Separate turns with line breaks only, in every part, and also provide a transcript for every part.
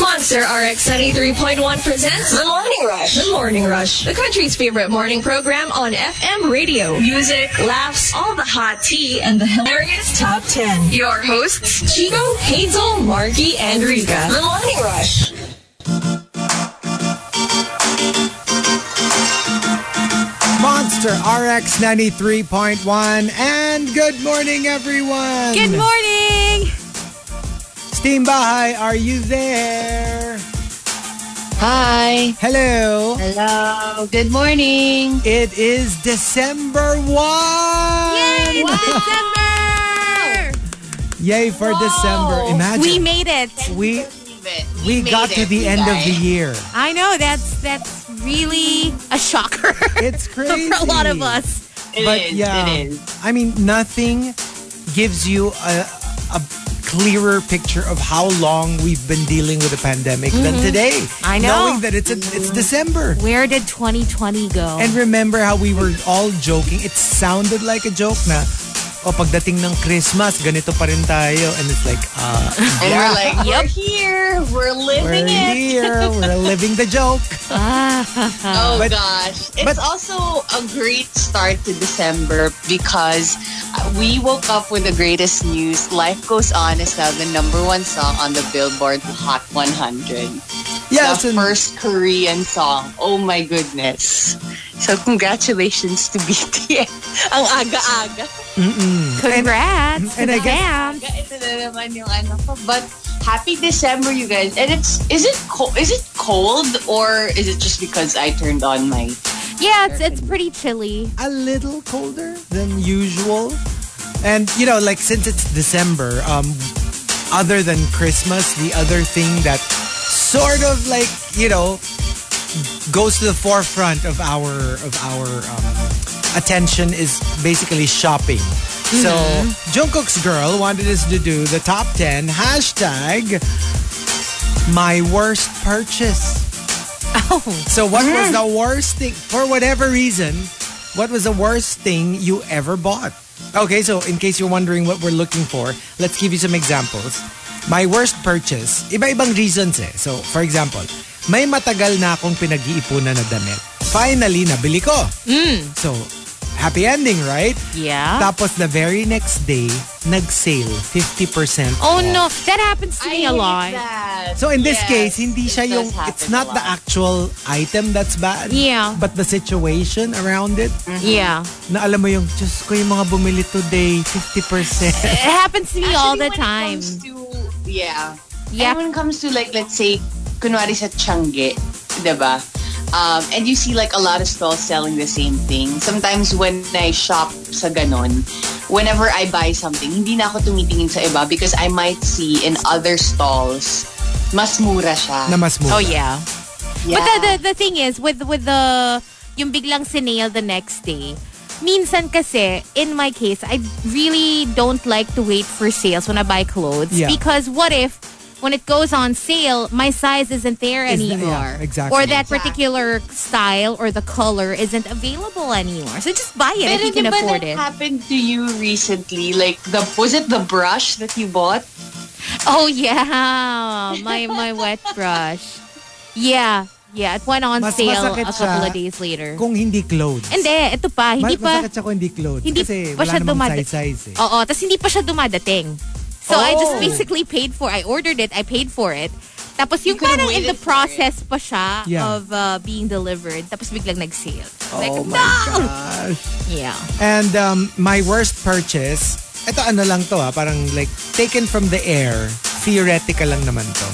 Monster RX 73.1 presents The Morning Rush. The Morning Rush. The country's favorite morning program on FM radio. Music, laughs, all the hot tea, and the hilarious top 10. Your hosts, Chico, Hazel, Marky, and Rika. The Morning Rush.
Monster RX 93.1 and good morning everyone.
Good morning!
Steam Bahay, are you there?
Hi.
Hello.
Hello. Good morning.
It is December 1. Yay,
Yay! It's December!
for December. Imagine
We made it.
we we got to the end of the year.
I know that's that's really a shocker.
It's crazy.
for a lot of us.
It
But
is,
yeah,
It is.
I mean nothing gives you a a clearer picture of how long we've been dealing with the pandemic than today.
Mm-hmm. I know.
Knowing that it's a, it's December.
Where did 2020 go?
Ah.
And remember how we were all joking? It sounded like a joke na, oh, pagdating ng Christmas, ganito pa rin tayo. And it's like, uh,
And we're like,
Yep.
we're here. We're living
we're
it.
here. We're living the joke.
Oh
But-
gosh. It's
but-
also a great start to December because we woke up with the greatest news. Life Goes On is now the number one song on the Billboard Hot 100.
Yes,
the
and
first Korean song. Oh my goodness. So congratulations to BTS. Ang aga-aga.
Congrats.
and I guess-
Damn.
Aga, Ito na naman yung ano ko. Um, But happy December you guys. And it's is it co- is it cold or is it just because I turned on my
Yeah, it's it's pretty chilly.
a little colder than usual. And, you know, like, since it's December, um, other than Christmas, the other thing that sort of, like, you know, goes to the forefront of our, of our, um, attention is basically shopping. So Jungkook's girl wanted us to do the top 10 hashtag my worst purchase. So what was
Mm.
the worst thing for whatever reason? What was the worst thing you ever bought? Okay, so in case you're wondering what we're looking for, let's give you some examples. My worst purchase, iba-ibang reasons eh. So, for example, may matagal na akong pinag-iipunan na damit. Finally, nabili ko.
Mm.
So, happy ending, right?
Yeah.
Tapos the very next day, nag-sale 50%
Oh
off.
no, that happens to me a lot.
So in this
Yes,
case, hindi
it
siya
does
yung
happen
it's not
a
the
lot.
actual item that's bad.
Yeah.
But the situation around it.
Yeah.
Na alam mo yung just ko yung mga bumili today 50%.
It happens to me
Actually,
all the
when it
time.
comes to- yeah.
Yeah.
And when it comes to like, let's say, kunwari sa Changi, diba? Um, and you see like a lot of stalls selling the same thing. Sometimes when I shop sa ganon, whenever I buy something, hindi na ako tumitingin sa iba because I might see in other stalls, mas mura siya.
na mas mura.
Oh yeah. But
Yeah.
the, the, the thing is, with with the yung biglang sinail the next day, minsan kasi, in my case, I really don't like to wait for sales when I buy clothes.
Yeah.
Because what if, when it goes on sale, my size isn't there
Is- yeah,
anymore.
exactly.
Or that
Exactly.
particular style or the color isn't available anymore. So just buy it if you
Pero
can
di ba
afford it.
that happened to you recently? Like, the was it the brush that you bought?
Oh yeah, my my wet brush. Yeah, yeah. It went on
Mas
sale a
masakit
couple
siya
of days later.
Kung hindi clothes.
Hindi, ito pa. Hindi
Ma-
pa.
Masakit siya kung hindi clothes.
hindi
kasi
pa
wala
siya Oh,
namang
dumada-
size-size eh.
Oo, tapos hindi pa siya dumadating. So I
Oh.
just basically paid for, I ordered it, I paid for it. Tapos yung
You could've
parang in the
waited for
process pa siya
Yeah.
of uh, being delivered. Tapos biglang nag-sale. Like,
Oh my
no!
gosh.
Yeah.
And um, my worst purchase, ito ano lang to ah, parang like taken from the air, theoretical lang naman to.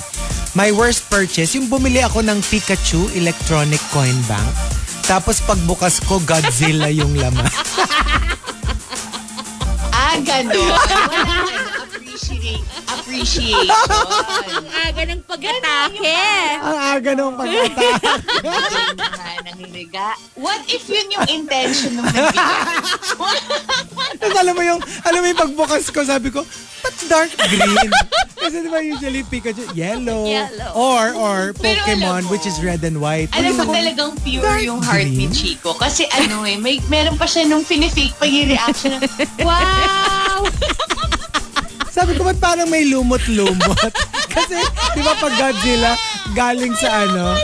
My worst purchase, yung bumili ako ng Pikachu electronic coin bank. Tapos pagbukas ko, Godzilla yung laman.
Ah, ganon. Wala ka na appreciate, appreciation.
Aga ng pag-atake.
Ang aga nung pagkata.
Ah, nanghiniga. What if yun yung intention ng nagbigay?
Tapos alam mo yung, alam mo yung pagbukas ko, sabi ko, ba't dark green? Kasi di ba usually Pikachu, yellow.
Yellow.
Or, or
Pero alam
Pokemon,
mo-
which is red and white.
Alam mo talagang pure
Dark
yung heart ni
green?
Chico. Kasi ano eh, may, meron pa siya nung pinifake pag yung reaction ng, wow!
Sabi ko, ba't parang may lumot-lumot? Kasi, di ba pag Godzilla, galing sa ano,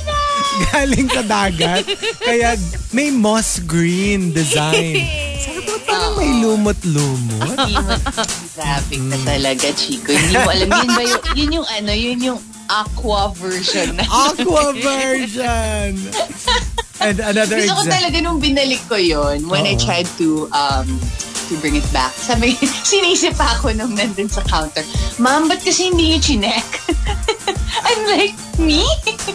galing sa dagat, kaya may moss green design. Sabi ko, parang may lumot-lumot.
Traffic
Hmm.
na talaga, Chico. Hindi mo alam. Yun ba yung, yun yung ano, yun yung aqua version na.
Aqua version! And another
Gusto ko
example.
talaga nung binalik ko yon when I
Oo.
tried to um to bring it back. Sabi, sinisip pa ako nung nandun sa counter, Ma'am, ba't kasi hindi niyo chinek? I'm like, me?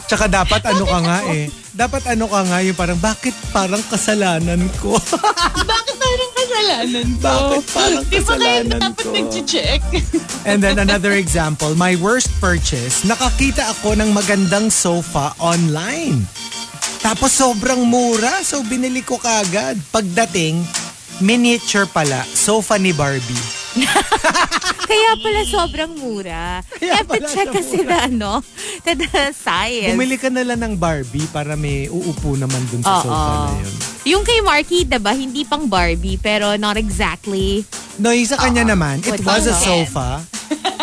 Tsaka dapat ano ka nga eh. Dapat ano ka nga yung parang, bakit parang kasalanan ko?
Bakit parang kasalanan ko?
Bakit parang
Di ba kayo
kasalanan
dapat
ko?
nag-check?
And then another example, my worst purchase, nakakita ako ng magandang sofa online. Tapos sobrang mura, so binili ko kagad. Pagdating, miniature pala, sofa ni Barbie.
Kaya pala sobrang mura.
Kaya
You have to
pala
check
siya
kasi
mura.
na ano, to the size.
Bumili ka na lang ng Barbie para may uupo naman dun sa
Oo.
sofa na yun.
Yung kay Marky, diba, hindi pang Barbie, pero not exactly.
No, yung sa kanya naman, it
What
was a
about?
sofa.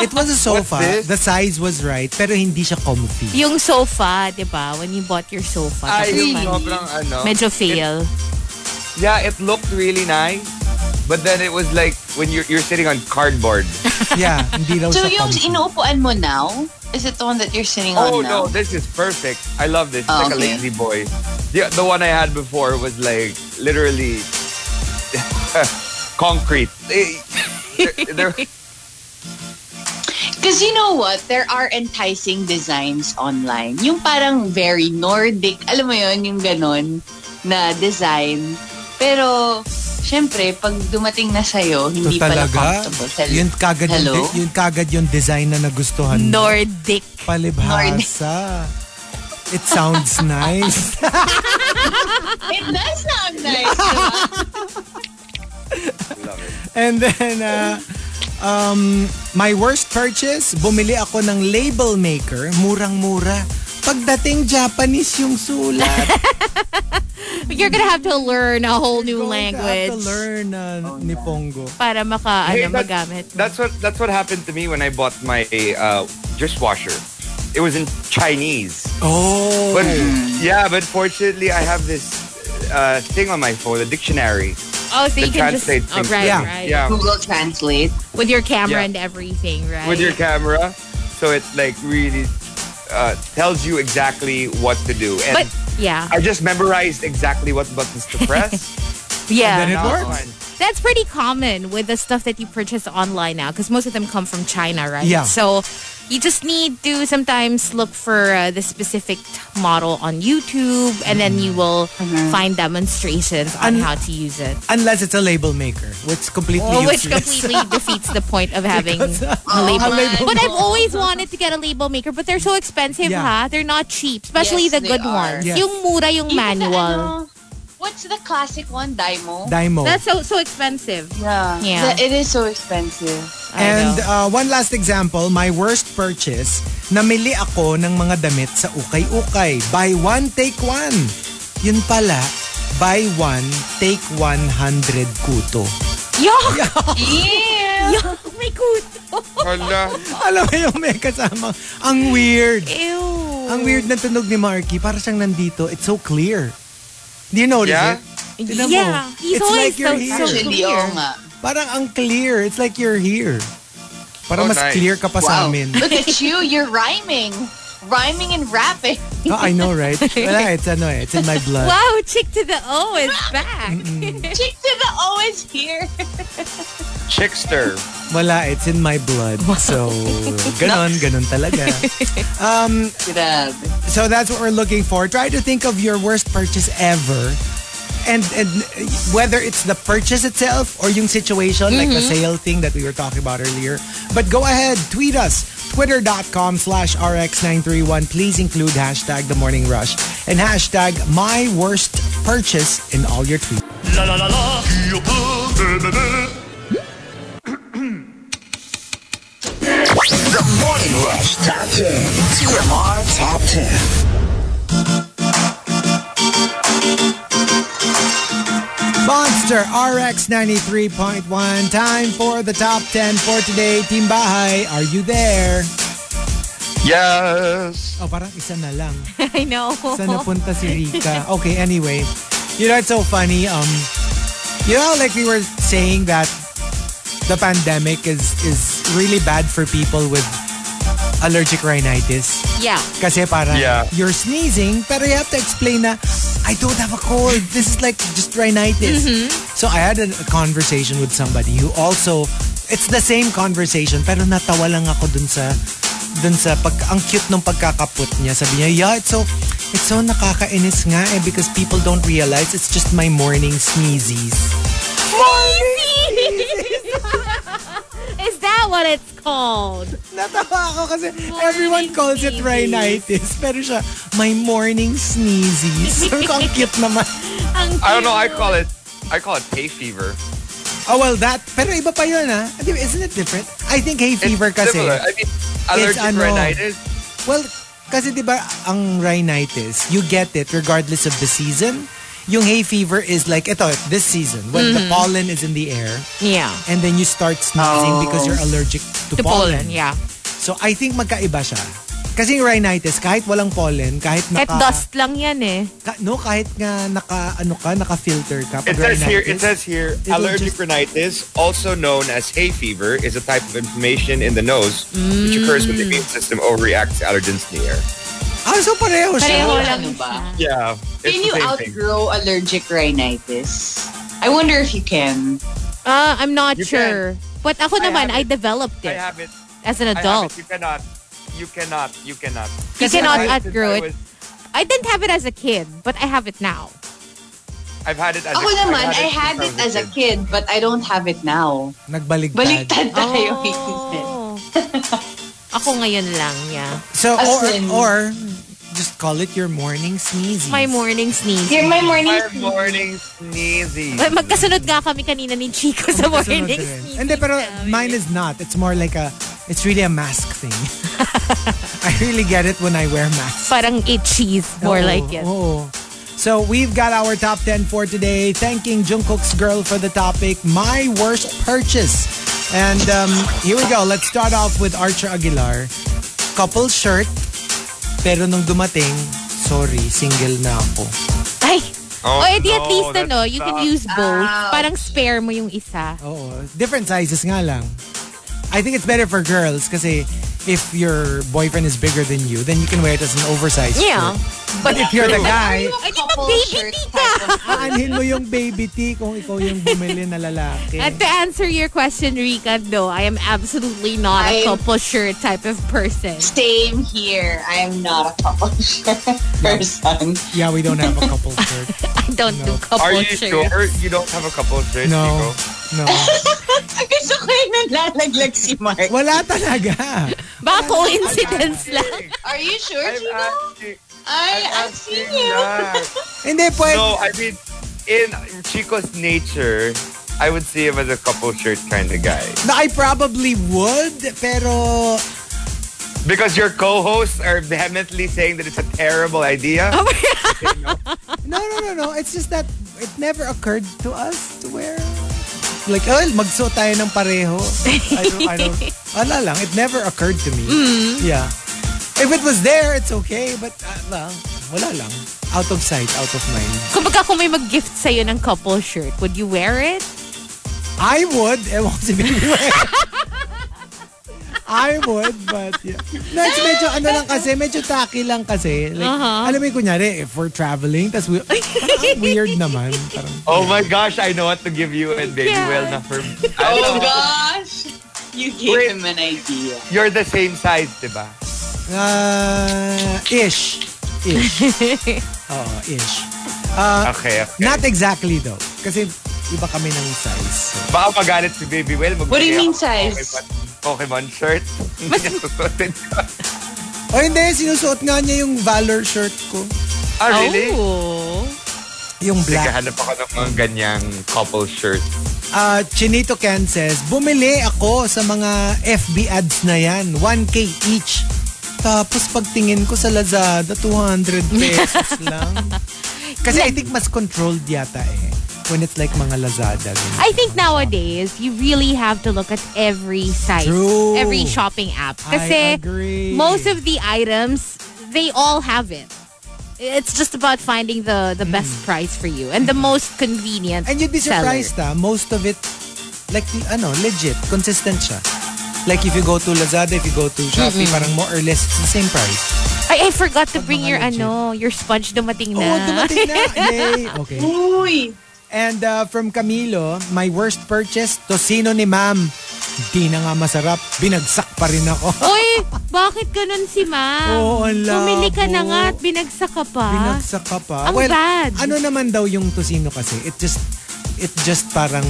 It was a sofa.
What's
The
this?
size was right, pero hindi siya comfy.
Yung sofa, diba, when you bought your sofa. tapos
Ay, yung
parang
sobrang ano.
Medyo fail.
Yeah, it looked really nice. But then it was like when you're, you're sitting on cardboard.
Yeah, hindi daw
so
siya
yung
comfy.
inuupuan mo now, is it the one that you're sitting on
Oh
now?
no, this is perfect. I love this. It's
Oh,
like
okay.
a lazy boy. The, the one I had before was like literally concrete. Eh, there- there-
Because you know what? There are enticing designs online. Yung parang very Nordic. Alam mo yon yung ganon na design. Pero, syempre, pag dumating na sa'yo,
So
hindi pala
talaga,
comfortable. Hello?
yun kagad,
Hello?
Yung, yun kagad yung design na nagustuhan mo.
Nordic.
Palibhasa. It sounds nice.
It does sound nice, diba?
love it.
And then, uh, um, my worst purchase, bumili ako ng label maker, murang-mura. Pagdating Japanese yung sulat.
You're gonna have to learn a whole new
Going to have
language. Oh,
to learn uh, Nipongo.
Para maka,
Hey,
ano,
that's-
magamit. mo.
That's what that's what happened to me when I bought my uh, dishwasher. It was in Chinese.
Oh.
But yeah, but fortunately I have this uh, thing on my phone, the dictionary.
oh, so
the
you can just,
translate
oh,
thing.
right,
Yeah,
right.
Yeah.
Google Translate.
With your camera
Yeah.
and everything, right?
with your camera, so it like really uh, tells you exactly what to do. And
But, yeah,
I just memorized exactly what buttons to press.
yeah.
And then it
Now
works.
on.
That's pretty common with the stuff that you purchase online now because most of them come from China, right?
Yeah.
So you just need to sometimes look for uh, the specific model on YouTube and then you will find demonstrations on
Mm-hmm. And-
how to use it.
Unless it's a label maker, which completely
Well, which
useless.
Oh, completely defeats the point of having
Because, uh,
a label.
a label
But I've always wanted to get a label maker, but they're so expensive,
Yeah.
huh? They're not cheap, especially
Yes,
the
they
good
are.
ones.
Yes.
Yung mura, yung
Even the,
manual.
ano, what's the classic one? Dymo?
Dymo.
That's so so expensive.
yeah.
Yeah.
The- it is so expensive.
I
And uh,
know.
one last example, my worst purchase, namili ako ng mga damit sa ukay-ukay. Buy one, take one. Yun pala, buy one, take 100 kuto.
Yuck!
Yeah.
Yuck! May kuto!
Hala.
Alam mo yung may kasama. Ang weird.
Ew.
Ang weird na tunog ni Marky. Para siyang nandito. It's so clear. Do you notice
Yeah?
it? Tignan mo.
Yeah. He's
It's
always
like you're
so,
here.
so
Actually, oh
clear.
oo nga.
Parang ang clear. It's like you're here. Parang
Oh,
mas
nice.
clear ka pa sa
Wow.
amin.
Look at you. You're rhyming. Rhyming and rapping.
Oh, I know, right? Wala, it's ano eh. It's in my blood.
Wow, Chick to the O is back.
Chick to the O is here.
Chickster.
Wala, it's in my blood. So, ganon, ganon talaga.
Grabe.
So that's what we're looking for. Try to think of your worst purchase ever. And, and whether it's the purchase itself or yung situation, like the sale thing that we were talking about earlier. But go ahead, tweet us. Twitter.com slash RX931. Please include hashtag The Morning Rush and hashtag My Worst Purchase in all your tweets.
La la la la, you poo, blah, blah, blah.
The Morning Rush Top 10. TMR Top 10.
Monster RX 93.1. Time for the top 10 for today. Team Bahay, are you there?
Yes.
Oh, parang isa na lang.
I know.
Saan napunta si Rika? Okay, anyway. You know, it's so funny. Um, you know, like we were saying that the pandemic is is really bad for people with allergic rhinitis.
Yeah.
Kasi parang
Yeah.
you're sneezing, pero you have to explain na, I don't have a cold. This is like just rhinitis. So I had a, a conversation with somebody who also, it's the same conversation, pero natawa lang ako dun sa, dun sa, pag, ang cute nung pagkakaput niya. Sabi niya, yeah, it's so, it's so nakakainis nga eh because people don't realize it's just my morning sneezes.
Is that what it's called?
Natawa ako kasi everyone calls it rhinitis. Pero siya, my morning sneezes. Sabi ko, ang cute naman.
Ang
I don't know. I
cute.
call it. I call it hay fever.
Oh, well, that. Pero iba pa yun, ha? Di ba, Isn't it different? I think hay
It's
fever kasi.
similar. I mean, allergic
ano-
rhinitis.
Well, kasi di ba ang rhinitis, you get it regardless of the season. Yung hay fever is like, ito, this season, when the pollen is in the air,
Yeah.
and then you start sneezing
Oh.
because you're allergic to,
The pollen, yeah.
So, I think magkaiba siya. Kasi yung rhinitis, kahit walang pollen, kahit naka...
At dust lang yan eh.
ka- no, kahit nga naka, ano ka, naka-filter ka.
It
pag
says here. It
rhinitis.
says here.
will
allergic
just-
rhinitis, also known as hay fever, is a type of inflammation in the nose, which occurs when the
Mm.
immune system overreacts to allergens in the air.
Ah, so pareho siya.
Pareho
Ano
lang
ba?
siya.
Yeah.
Can
It's the
you
same thing.
outgrow allergic rhinitis? I wonder if you can.
Ah, I'm not
You
sure. But ako
I
naman,
have
I developed
I
it
have it.
as an
I have
adult.
it. You cannot. You cannot. You cannot.
You
Kasi
cannot
I-
outgrow
Since I
it. I didn't have it as a kid, but I have it now.
was- I've had it as.
Ako
a,
naman, I
I've
had
since
it as a kid, but I don't have it now.
Nagbaligtad.
Baliktad tayo.
Oh. ako ngayon lang, yeah.
So
As
or,
in-
or just call it your morning sneezes.
My morning sneeze.
Here, my morning
My morning sneezy.
Ay, Magkasunod nga kami kanina ni Chico sa
Kasunod
morning
na rin.
sneeze.
Hindi, pero mine is not. It's more like a, it's really a mask thing. I really get it when I wear mask.
Parang itchies, more
Oo,
like it.
oo. Oh, So we've got our top 10 for today. Thanking Jungkook's girl for the topic, my worst purchase. And um, here we go. Let's start off with Archer Aguilar. Couple shirt, pero nung dumating, sorry, single na ako.
Ay!
Oh,
o edi at
no,
least
that
ano, you can
sucks.
use both. Parang spare mo yung isa.
Oo. Different sizes nga lang. I think it's better for girls kasi if your boyfriend is bigger than you, then you can wear it as an oversized
Yeah.
shirt. But if you're the guy,
Ay, di ba baby tika?
aanhin mo yung baby tee kung ikaw yung bumili na lalaki.
And to answer your question, Rika, no, I am absolutely not a
I'm-
couple shirt type of person.
Same here. I am not a couple person.
Yeah, we don't have a couple shirt.
I don't do
No.
couple
Are you
shirt.
sure you don't have a couple of shirts,
No. No.
Nico?
Gusto ko yung nalalaglag si Mark.
Wala talaga.
Baka coincidence lang.
Are you sure,
I'm
Chico?
asking.
I,
I'm
I've
asking
seen you.
that.
Hindi, pwede.
No, I mean, in Chico's nature, I would see him as a couple shirt kind of guy.
No, I probably would, pero
Because your co-hosts are vehemently saying that it's a terrible idea.
No, no, no, no. It's just that it never occurred to us to wear like, oh, magsuot tayo ng pareho. I don't, I don't, wala lang. It never occurred to me. Yeah. If it was there, it's okay. But, uh, well, wala lang. Out of sight, out of mind.
Kung baka kung may mag-gift sa'yo ng couple shirt, would you wear it?
I would. Ewan ko si Baby Wet. I would, but yeah. No, it's medyo ano lang kasi, medyo tacky lang kasi. Like,
Uh-huh.
alam mo yung kunyari, if we're traveling, tas we, parang weird naman. Parang,
Oh my gosh, I know what to give you and baby
God.
well not for me.
Oh gosh. You gave
Wait.
him an idea.
You're the same size, diba?
Uh, ish. Ish. Oo, ish. Uh,
Okay, okay.
Not exactly though. Kasi iba kami ng size. So,
Baka magalit si Baby Well.
What do you mean
magbigay ako ng
size?
Pokemon, Pokemon shirt. Susuotin ko.
O hindi, sinusuot nga niya yung Valor shirt ko.
ah, really?
Oh.
Yung
Sige,
black.
hanap ako ng mga ganyang couple shirt.
Uh, Chinito Ken says, bumili ako sa mga FB ads na yan. 1K each. Tapos pagtingin ko sa Lazada, 200 pesos lang. Kasi I think mas controlled yata eh. when it's like mga Lazada. ganyan.
I think nowadays, you really have to look at every site,
True.
every shopping app.
I
Kasi
agree.
most of the items, they all have it. It's just about finding the, the best price for you and the most convenient.
Mm. Mm-hmm. And you'd be
seller.
surprised ah, most of it, like, ano, legit, consistent siya. Like if you go to Lazada, if you go to Shopee, parang more or less, it's the same price.
I, I forgot to bring your
legit.
ano, your sponge dumating na.
Oh, dumating na! Yay! Okay.
Uy!
And uh, from Camilo, my worst purchase, tocino ni ma'am. Di na nga masarap, binagsak pa rin ako.
Uy, bakit ganun si ma'am?
Oo, ala
Bumili ka na
po.
nga at binagsak ka pa.
Binagsak ka pa.
Ah? Ang bad.
Ano naman daw yung tocino kasi? It just, it just parang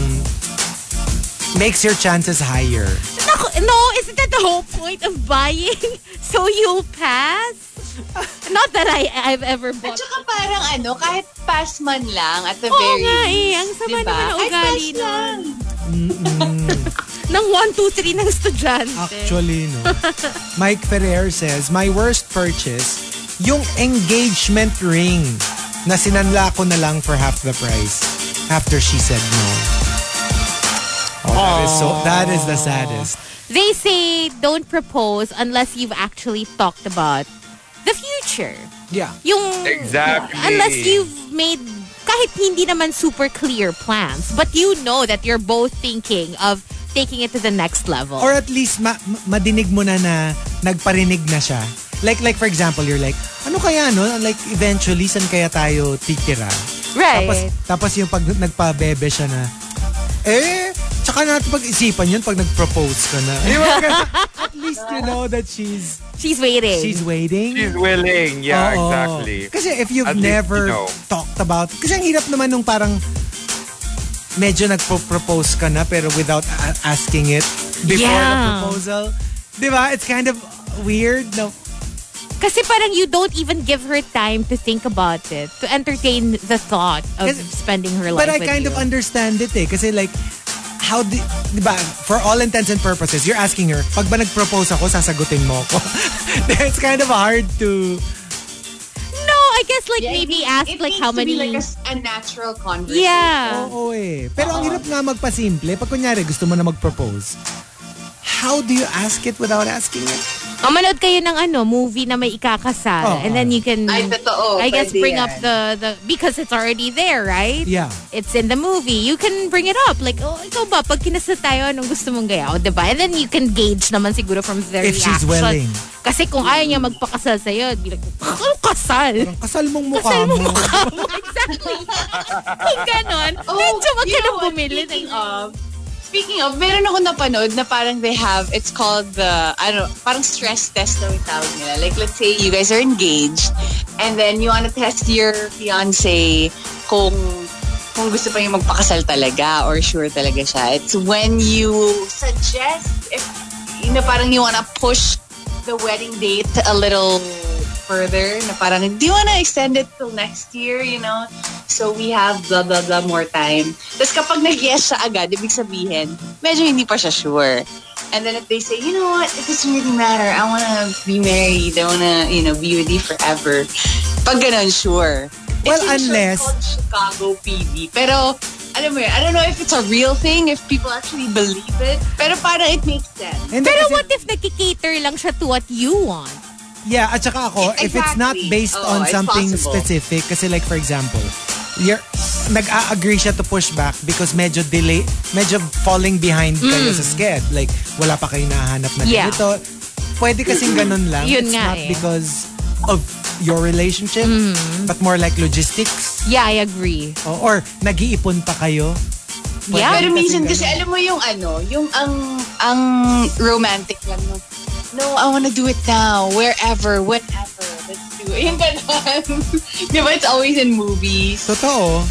makes your chances higher.
Naku- no, isn't that the whole point of buying? so you'll pass? Not that I, I've ever
At
bought.
saka parang ano, kahit pass man lang at the
Oo
very
nga
least.
eh, ang sama
diba?
naman ang
Kahit
ugali
pass
nun.
lang.
Nang 1, 2, 3 ng estudyante.
Ah. Actually, no. Mike Ferrer says, my worst purchase, yung engagement ring na sinanla ko na lang for half the price after she said no. Oh, that is so, that is the saddest.
They say don't propose unless you've actually talked about the future.
Yeah.
Yung,
Exactly.
Unless you've made, kahit hindi naman super clear plans, but you know that you're both thinking of taking it to the next level.
Or at least ma- ma- madinig mo na na nagparinig na siya. Like like for example, you're like, ano kaya no? Like eventually san kaya tayo titira?
right.
Tapos tapos yung pag nagpabebe siya na eh tsaka natin pag-isipan yun pag nag-propose ka na. Di ba? at least you know that she's
She's waiting.
she's waiting.
She's willing. Yeah,
Oo.
exactly.
Kasi if you've
At least
never
you know.
talked about, kasi ang hirap naman nung parang medyo nagpo-propose ka na pero without a- asking it before the
Yeah.
proposal. Di ba? It's kind of weird. No?
Kasi parang you don't even give her time to think about it, to entertain the thought of
Kasi-
spending her
But
life
I
with
kind of
you.
understand it eh. Kasi like, how di, di ba, for all intents and purposes, you're asking her, pag ba nag-propose ako, sasagutin mo ako. It's kind of hard to,
no, I guess like
Yeah, it
maybe
needs-
ask
it
like
needs
how
to
many.
Be like a, Oh. s- a natural conversation.
yeah.
Oo eh. Pero ang hirap nga magpasimple. Pag kunyari, gusto mo na mag-propose, how do you ask it without asking it?
O, manood kayo ng ano, movie na may ikakasal.
Oo.
and then you can,
Ay, totoo,
I guess,
pwede
bring
yan.
up the, the, because it's already there, right?
Yeah.
It's in the movie. You can bring it up. Like, oh, ikaw ba, pag kinasal tayo, anong gusto mong gaya? O, diba? And then you can gauge naman siguro from their
If
reaction.
she's willing.
Kasi kung ayaw niya magpakasal sa'yo, be like, "Anong kasal?
Kasal mong mukha
Kasal mo
mo.
mukha mo. Exactly. Kung ganon,
Oh,
medyo wag
you
ka na
know what?
bumili.
Speaking of, speaking of, meron ako napanood na parang they have, it's called the, ano, parang stress test na yung tawag nila. Like, let's say you guys are engaged and then you wanna test your fiancé kung kung gusto pa niya magpakasal talaga or sure talaga siya. It's when you suggest, if, you know, parang you wanna push the wedding date a little further na parang, do you wanna extend it till next year, you know? So we have blah, blah, blah more time. Tapos kapag nag-yes siya agad, ibig sabihin, medyo hindi pa siya sure. And then if they say, you know what, it doesn't really matter. I wanna be married. I wanna, you know, be with you forever. Pag ganun, sure.
Well,
It's usually
unless-
called Chicago PD. Pero, alam mo yun, I don't know if it's a real thing, if people actually believe it. Pero parang it makes sense.
Hindi,
Pero
kasi-
what if nagkikater lang siya to what you want?
Yeah, at saka ako, if it's not
Exactly.
based
Oh,
Oo,
on
it's
something
possible.
specific, kasi like for example, you're, nag-a-agree siya to push back because medyo delay, medyo falling behind kayo sa sked. Like, wala pa kayo nahanap na
Mm. Yeah.
ganito. Pwede kasing ganun lang. it's
Yun
not
nga eh. Mm.
because of your relationship, but more like logistics.
Yeah, I agree.
O- or nag-iipon pa kayo.
yeah.
Pwede.
Pero minsan
Kasi
kasi alam mo yung ano, yung ang ang romantic lang no. No, I wanna do it now, wherever, whenever. Let's do it. Yung ganun. Di ba? It's always in movies.
Totoo.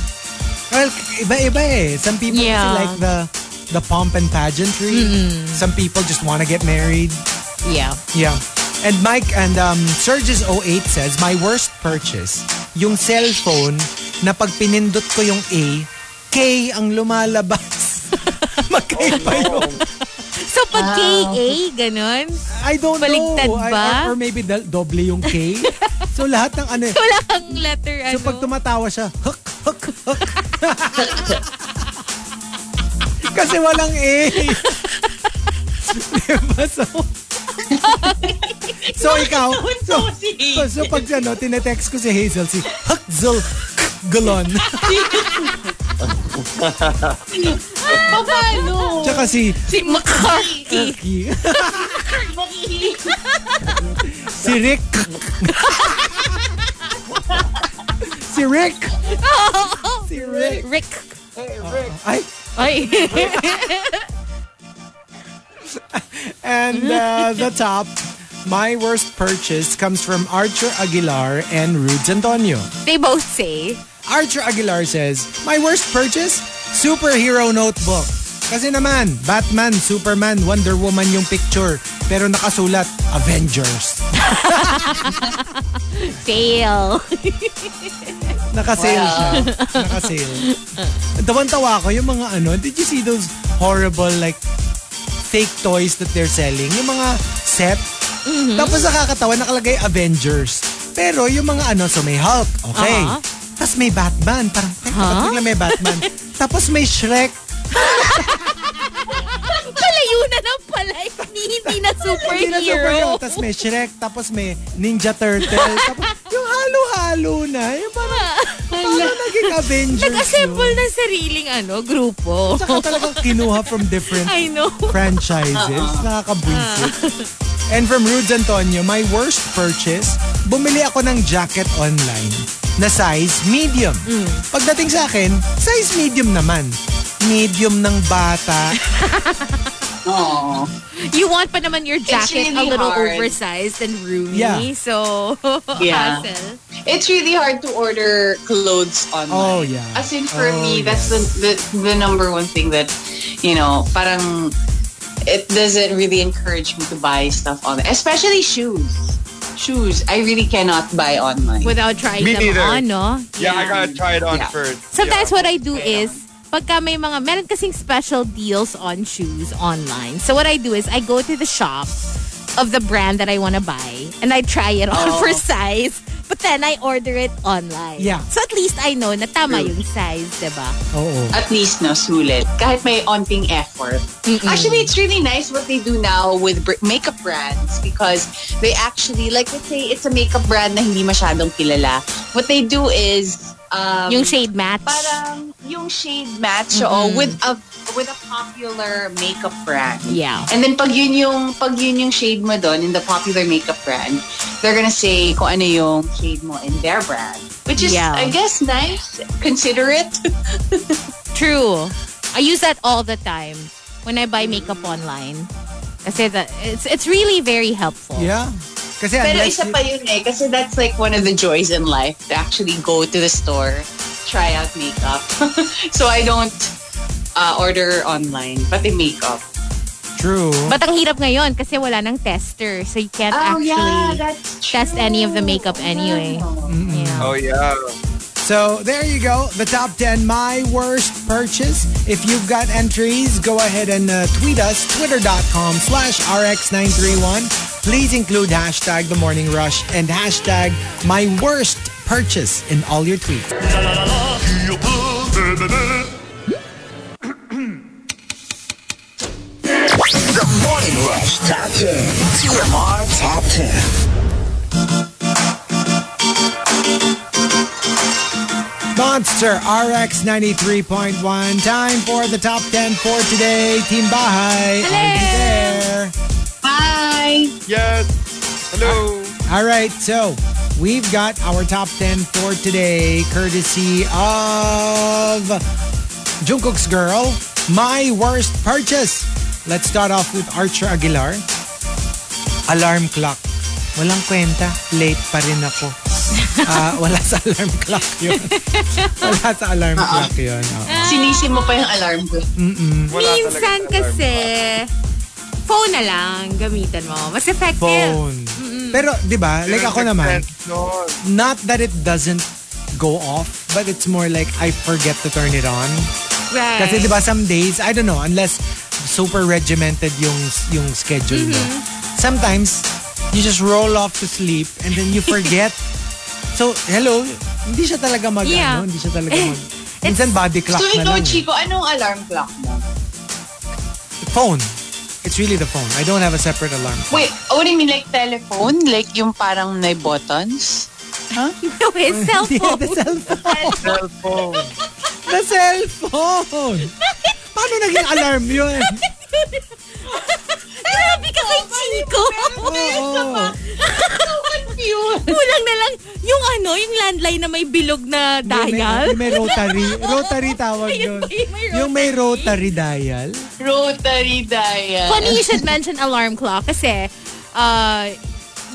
Well, iba-iba eh. Some people kasi
Yeah.
like the the pomp and pageantry. Some people just want to get married.
Yeah.
Yeah. And Mike and um, Surges08 says, My worst purchase, yung cellphone na pag pinindot ko yung A, K ang lumalabas. Magkaiba yun.
So pag KA, ganun,
I don't
Baligtad
know. I-
ba?
or, or maybe dal- doble yung K. so lahat ng ano eh.
wala kang letter,
So
ano.
pag tumatawa siya, hook, hook, hook. Kasi walang A. diba? So, so ikaw, so, so, so pag ano, tinetext ko si Hazel, si Hakzel Galon.
Paano?
Tsaka si
Si Makarki.
Ki- si Rick. si Rick. si Rick.
Rick.
Ay,
Ay.
And uh, the top, my worst purchase comes from Archer Aguilar and Rudes Antonio.
they both say,
Archer Aguilar says, My worst purchase? Superhero notebook. Kasi naman, Batman, Superman, Wonder Woman yung picture. Pero nakasulat, Avengers.
fail.
Nakasale siya. Nakasale. Tawan-tawa ako yung mga ano, did you see those horrible like fake toys that they're selling? Yung mga set. Tapos nakakatawa, nakalagay Avengers. Pero yung mga ano, so may Hulk, okay.
Aha.
Tapos may Batman, parang, teka, huh? ba't bigla may Batman? Tapos may Shrek,
Palayo na lang pala. Hindi, hindi na
Hindi na superhero.
superhero.
Tapos may Shrek, tapos may Ninja Turtle. tapos yung halo-halo na. Yung parang, parang naging Avengers
Nag-assemble
yun.
ng sariling ano, grupo.
Tsaka talagang kinuha from different
I know.
franchises. Nakakabwisit.
Ah.
And from Rudes Antonio, my worst purchase, bumili ako ng jacket online na size medium.
Mm.
Pagdating sa akin, size medium naman. Medium ng bata.
Aww.
You want pa naman your jacket a
really
little
hard.
oversized and roomy.
Yeah.
So,
Yeah.
hassle.
It's really hard to order clothes online.
Oh, yeah.
As in for
Oh,
me, that's
yes.
the, the the number one thing that you know, parang it doesn't really encourage me to buy stuff online, especially shoes. Shoes, I really cannot buy online.
Without trying
Me
them
neither.
on, no?
Yeah, I gotta try it on
Yeah.
first.
Sometimes
Yeah.
what I do is, pagka may mga, meron kasing special deals on shoes online. So what I do is, I go to the shop of the brand that I want to buy and I try it on
Oh.
for size. But then I order it online.
Yeah.
So at least I know na tama yung size, diba?
Oo.
At least no sulit. Kahit may onting effort. Actually, it's really nice what they do now with br- makeup brands because they actually, like let's say it's a makeup brand na hindi masyadong kilala. What they do is um,
yung shade match.
parang yung shade match oo,
Mm-hmm.
with a with a popular makeup brand.
Yeah.
And then pag yun yung pag yun yung shade mo doon in the popular makeup brand, they're gonna say kung ano yung shade mo in their brand. Which is
Yeah.
I guess nice, considerate.
True. I use that all the time when I buy makeup online. Kasi that, it's, it's really very helpful.
Yeah. Kasi
Pero
unless
isa
you-
pa yun eh kasi that's like one of the joys in life to actually go to the store, try out makeup. so I don't uh, order online pati makeup.
True.
But ang hirap ngayon kasi wala nang tester. So you can't actually
Oh, that's
test any of the makeup anyway. Yeah.
Oh yeah.
So there you go, the top 10 my worst purchase. If you've got entries, go ahead and uh, tweet us, twitter.com slash rx931. Please include hashtag the morning rush and hashtag my worst purchase in all your tweets.
La la la la, qui peut aimer
The Morning Rush Top 10. TMR Top 10.
Monster RX 93.1, time for the top 10 for today. Team Bahay, are you there?
Bye!
Yes. Hello.
All right, so we've got our top 10 for today, courtesy of Jungkook's Girl, My Worst Purchase. Let's start off with Archer Aguilar. Alarm clock. Walang kwenta, late pa rin ako. Ah, wala sa alarm clock yun. wala sa alarm clock yun. oh. oo.
Sinisi mo pa yung alarm ko.
Wala
Minsan
talaga sa
kasi,
alarm.
phone na lang gamitan mo. Mas effective.
Phone. Pero, di ba, like ako
Yun ang
naman,
expense nun.
not that it doesn't go off, but it's more like I forget to turn it on.
Right.
Kasi 'di ba some days, I don't know, unless super regimented yung yung schedule
Mm-hmm.
mo. Sometimes you just roll off to sleep and then you forget. so, hello, hindi siya talaga mag
Yeah.
ano, hindi siya talaga mag
It's,
Minsan body clock
So
na
ikaw,
lang. eh.
Chico, anong alarm clock mo?
Phone. It's really the phone. I don't have a separate alarm.
Wait, what do you mean? Like telephone? Like yung parang may buttons?
no, his cell
Yeah,
phone.
the cell phone. the cell phone. Paano naging alarm yun?
Grabe ka kay Chico.
Oo.
Kulang na lang yung ano, yung landline na may bilog na dial.
Yung may, yung may rotary. Rotary tawag
Ayun
yun.
ba yung may
Yung may rotary dial.
Rotary dial.
Funny you should mention alarm clock kasi uh,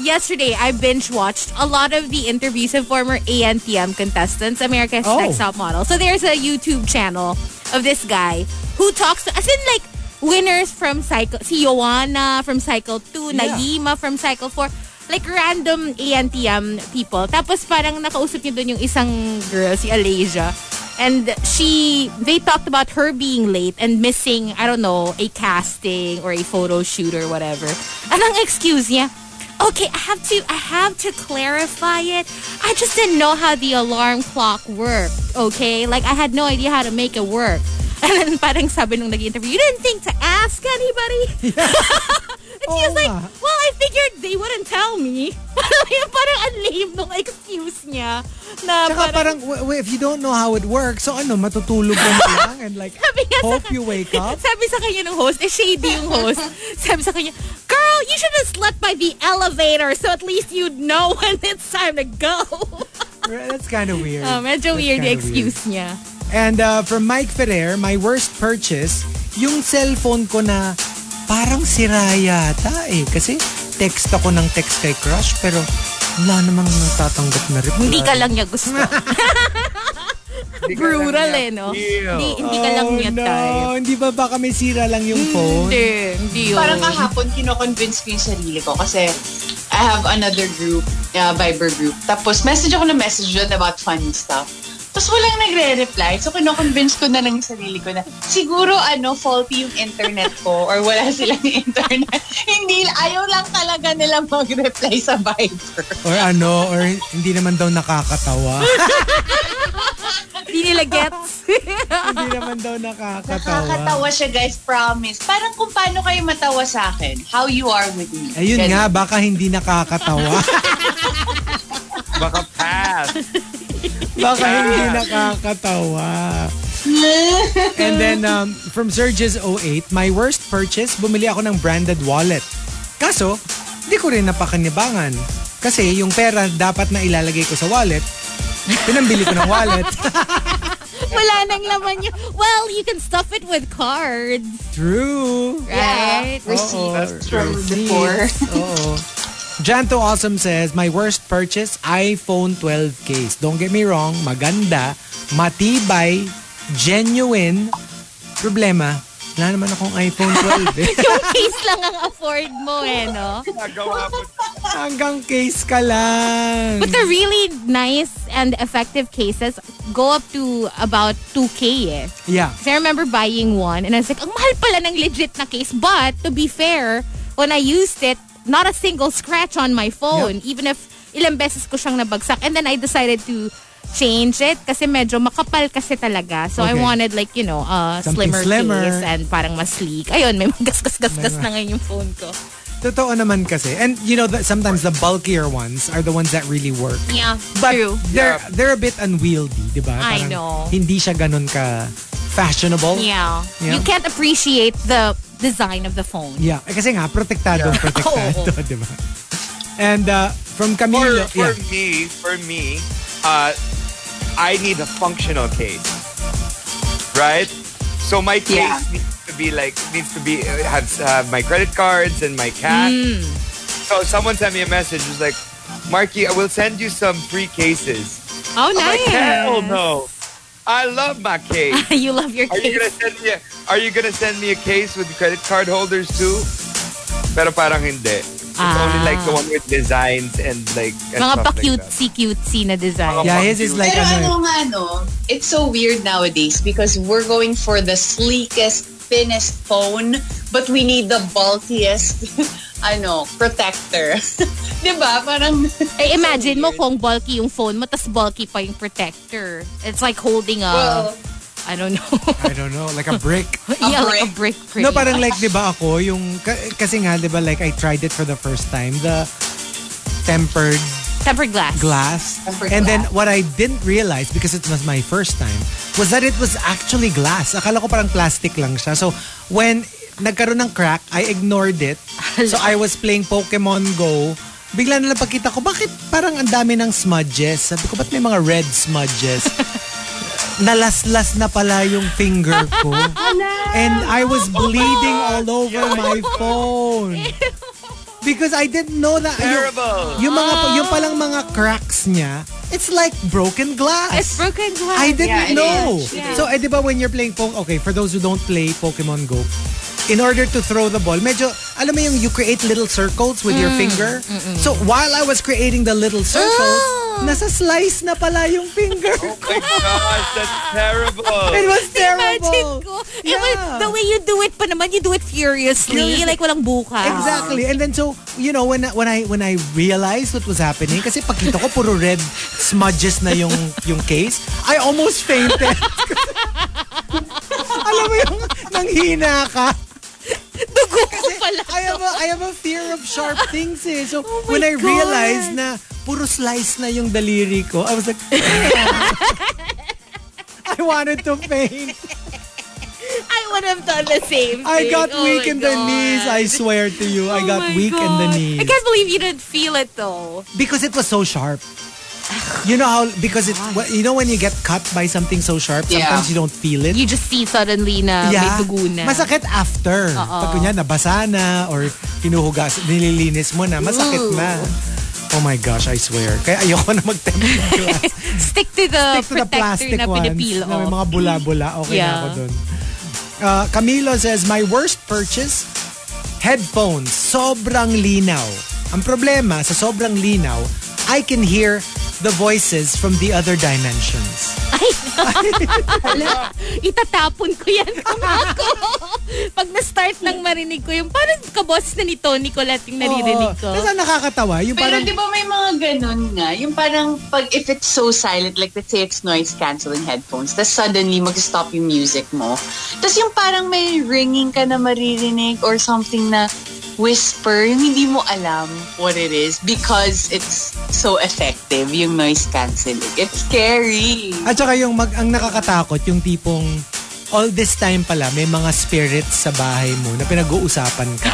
yesterday I binge watched a lot of the interviews of former ANTM contestants, America's
Oh.
Next Top Model. So there's a YouTube channel of this guy who talks to, as in like winners from cycle, si Joanna from cycle 2,
Yeah.
Naima from cycle 4, like random ANTM um, people. Tapos parang nakausap niya doon yung isang girl, si Alasia. And she, they talked about her being late and missing, I don't know, a casting or a photo shoot or whatever. And ang excuse niya, okay, I have to, I have to clarify it. I just didn't know how the alarm clock worked, okay? Like, I had no idea how to make it work. And then parang sabi nung nag-interview, you didn't think to ask anybody? And she was
Oo
like,
nga.
well, I figured they wouldn't tell me. Parang yun, parang ang lame nung excuse niya. Na
Tsaka
parang,
parang, w- w- if you don't know how it works, so ano, matutulog ka na lang and like,
sabi niya sa
hope
ka-
you wake up.
Sabi sa kanya ng host, eh shady yung host. sabi sa kanya, girl, you should have slept by the elevator so at least you'd know when it's time to go.
That's kind of weird.
Oh, medyo
That's
weird
kinda
yung excuse niya.
And uh, from Mike Ferrer, my worst purchase, yung cellphone ko na parang sira yata eh. Kasi text ako ng text kay crush pero wala namang natatanggap na reply.
Hindi ka lang niya gusto. Brutal eh, no?
feel.
Hindi, hindi ka lang niya
oh, no.
type. Hmm.
Hindi ba baka may sira lang yung phone?
Hindi, hindi yun.
Parang kahapon, kinoconvince ko yung sarili ko kasi I have another group, uh, Viber group. Tapos message ako na message doon about funny stuff. Tapos walang nagre-reply. So kinoconvince ko na lang yung sarili ko na siguro ano, faulty yung internet ko or wala silang internet. Hindi, ayaw lang talaga nila mag-reply sa Viber.
Or ano, or hindi naman daw nakakatawa.
Hindi nila gets.
hindi naman daw nakakatawa.
Nakakatawa siya guys, promise. Parang kung paano kayo matawa sa akin. How you are with me.
Ayun
Ganun.
nga, baka hindi nakakatawa.
Baka pass.
Baka hindi nakakatawa. And then, um, from Surges 08, my worst purchase, bumili ako ng branded wallet. Kaso, hindi ko rin napakanibangan. Kasi yung pera dapat na ilalagay ko sa wallet, pinambili ko ng wallet.
Wala nang laman yun. Well, you can stuff it with cards,
True.
right?
Oh,
Receive
That's
from
true.
the poor.
Oo. Janto Awesome says, my worst purchase, iPhone 12 case. Don't get me wrong, maganda, matibay, genuine. Problema, wala naman akong iPhone 12 eh.
Yung case lang ang afford mo eh, no?
Hmm.
Nagawa ko.
Hanggang case ka lang.
But the really nice and effective cases go up to about 2K eh.
Yeah.
Because I remember buying one and I was like, ang mahal pala ng legit na case. But to be fair, when I used it, not a single scratch on my phone. Even if ilang beses ko siyang nabagsak. And then I decided to change it kasi medyo makapal kasi talaga. So I
Okay.
wanted like, you know, uh,
Something
slimmer,
slimmer.
case and parang mas sleek. Ayun, may magasgas-gasgas na ngayon yung phone ko.
Totoo naman kasi. And you know, that sometimes the bulkier ones are the ones that really work.
Yeah,
But
true.
they're they're a bit unwieldy, di ba?
I
Parang
know.
Hindi siya ganun ka fashionable.
Yeah.
Yeah.
You can't appreciate the design of the phone. Oh.
Yeah, eh, kasi nga, protektado ang protektado,
Oo.
di ba? And uh, from
For,
Camilo,
for
yeah.
me, for me, uh, I need a functional case. Right? So my case
Yeah.
needs to be like, needs to be, uh, have, have my credit cards and my cash. So someone sent me a message, was like, Marky, I will send you some free cases.
Oh,
I'm
nice.
like, hell no. I love my case.
you love your
Are you gonna
case.
send me? A, are you gonna send me a case with credit card holders too? Pero parang hindi. It's
Ah.
only like the one with designs and like and
Mga
stuff like that.
pa-cutesy-cutesy na design.
Mga-
Yeah, his is like,
Pero ano
ano,
nga, no? It's so weird nowadays because we're going for the sleekest, thinnest phone, but we need the bulkiest ano, protector. 'Di ba? Parang,
Eh, imagine mo
weird.
kung bulky yung phone mo, tas bulky pa yung protector. It's like holding
Ah.
a,
well,
I don't know.
I don't know, like a brick.
yeah, like a brick pretty.
No, parang like, di ba ako, yung, ka- kasi nga, di ba, like, I tried it for the first time, the tempered
tempered glass.
glass.
Tempered
and then,
glass.
what I didn't realize, because it was my first time, was that it was actually glass. Akala ko parang plastic lang siya. So, when nagkaroon ng crack, I ignored it. So, I was playing Pokemon Go. Bigla na lang pagkita ko, bakit parang ang dami ng smudges? Sabi ko, ba't may mga red smudges? Nalaslas na pala yung finger ko. And I was bleeding all over my phone. Because I didn't know that. Yung,
Terrible.
yung mga,
Ah.
yung palang mga cracks niya, it's like broken glass.
It's broken glass.
I didn't
Yeah, it
know.
is. It
So, eh, di ba when you're playing Pokemon, okay, for those who don't play Pokemon Go, in order to throw the ball, medyo, alam mo yung you create little circles with
Mm.
your finger? So, while I was creating the little circles,
Ah.
nasa slice na pala yung finger.
Oh my gosh, that's
It
terrible.
was
Imagine
terrible.
ko.
Yeah.
Imagine, the way you do it pa naman, you do it furiously.
Furiously.
Like walang bukas.
Exactly. And then so, you know, when when I when I realized what was happening kasi pagkita ko puro red smudges na yung yung case, I almost fainted. Alam mo yung nanghina ka.
Dugo ko pala.
I have a, I have a fear of sharp things eh. So
Oh my
when I
God.
realized na puro slice na yung daliri ko, I was like "Oh." I wanted to faint.
I would have done the same thing.
I got
Oh
weak
my
in the
God.
knees. I swear to you, I
Oh
got
my
weak in the
God.
knees.
I can't believe you didn't feel it though.
because it was so sharp. You know how because it wh- you know when you get cut by something so sharp,
Yeah.
sometimes you don't feel it.
You just see suddenly na may dugo na.
Masakit after. Pag kunya nabasa na or hinuhugas, nililinis mo na, masakit na. Oh my gosh, I swear. Kaya ayoko na mag-tempered glass.
Stick to the
Stick to the
protector
plastic
na
ones.
pinipil
na may
off.
mga bula-bula. Okay na
Yeah.
ako dun. Uh, Camilo says, My worst purchase, headphones. Sobrang linaw. Ang problema, sa sobrang linaw, I can hear the voices from the other dimensions.
itatapon ko yan kung ako. Pag na-start ng marinig ko yung parang kaboss na ni Tony Colette yung naririnig ko.
Oo. Tapos ang nakakatawa, yung
Pero
parang...
di ba may mga ganun nga? Yung parang pag if it's so silent, like let's say it's noise canceling headphones, tapos suddenly mag-stop yung music mo. Tapos yung parang may ringing ka na maririnig or something na whisper, yung hindi mo alam what it is because it's so effective yung noise canceling. It's scary.
At saka yung mag, ang nakakatakot, yung tipong all this time pala, may mga spirits sa bahay mo na pinag-uusapan ka.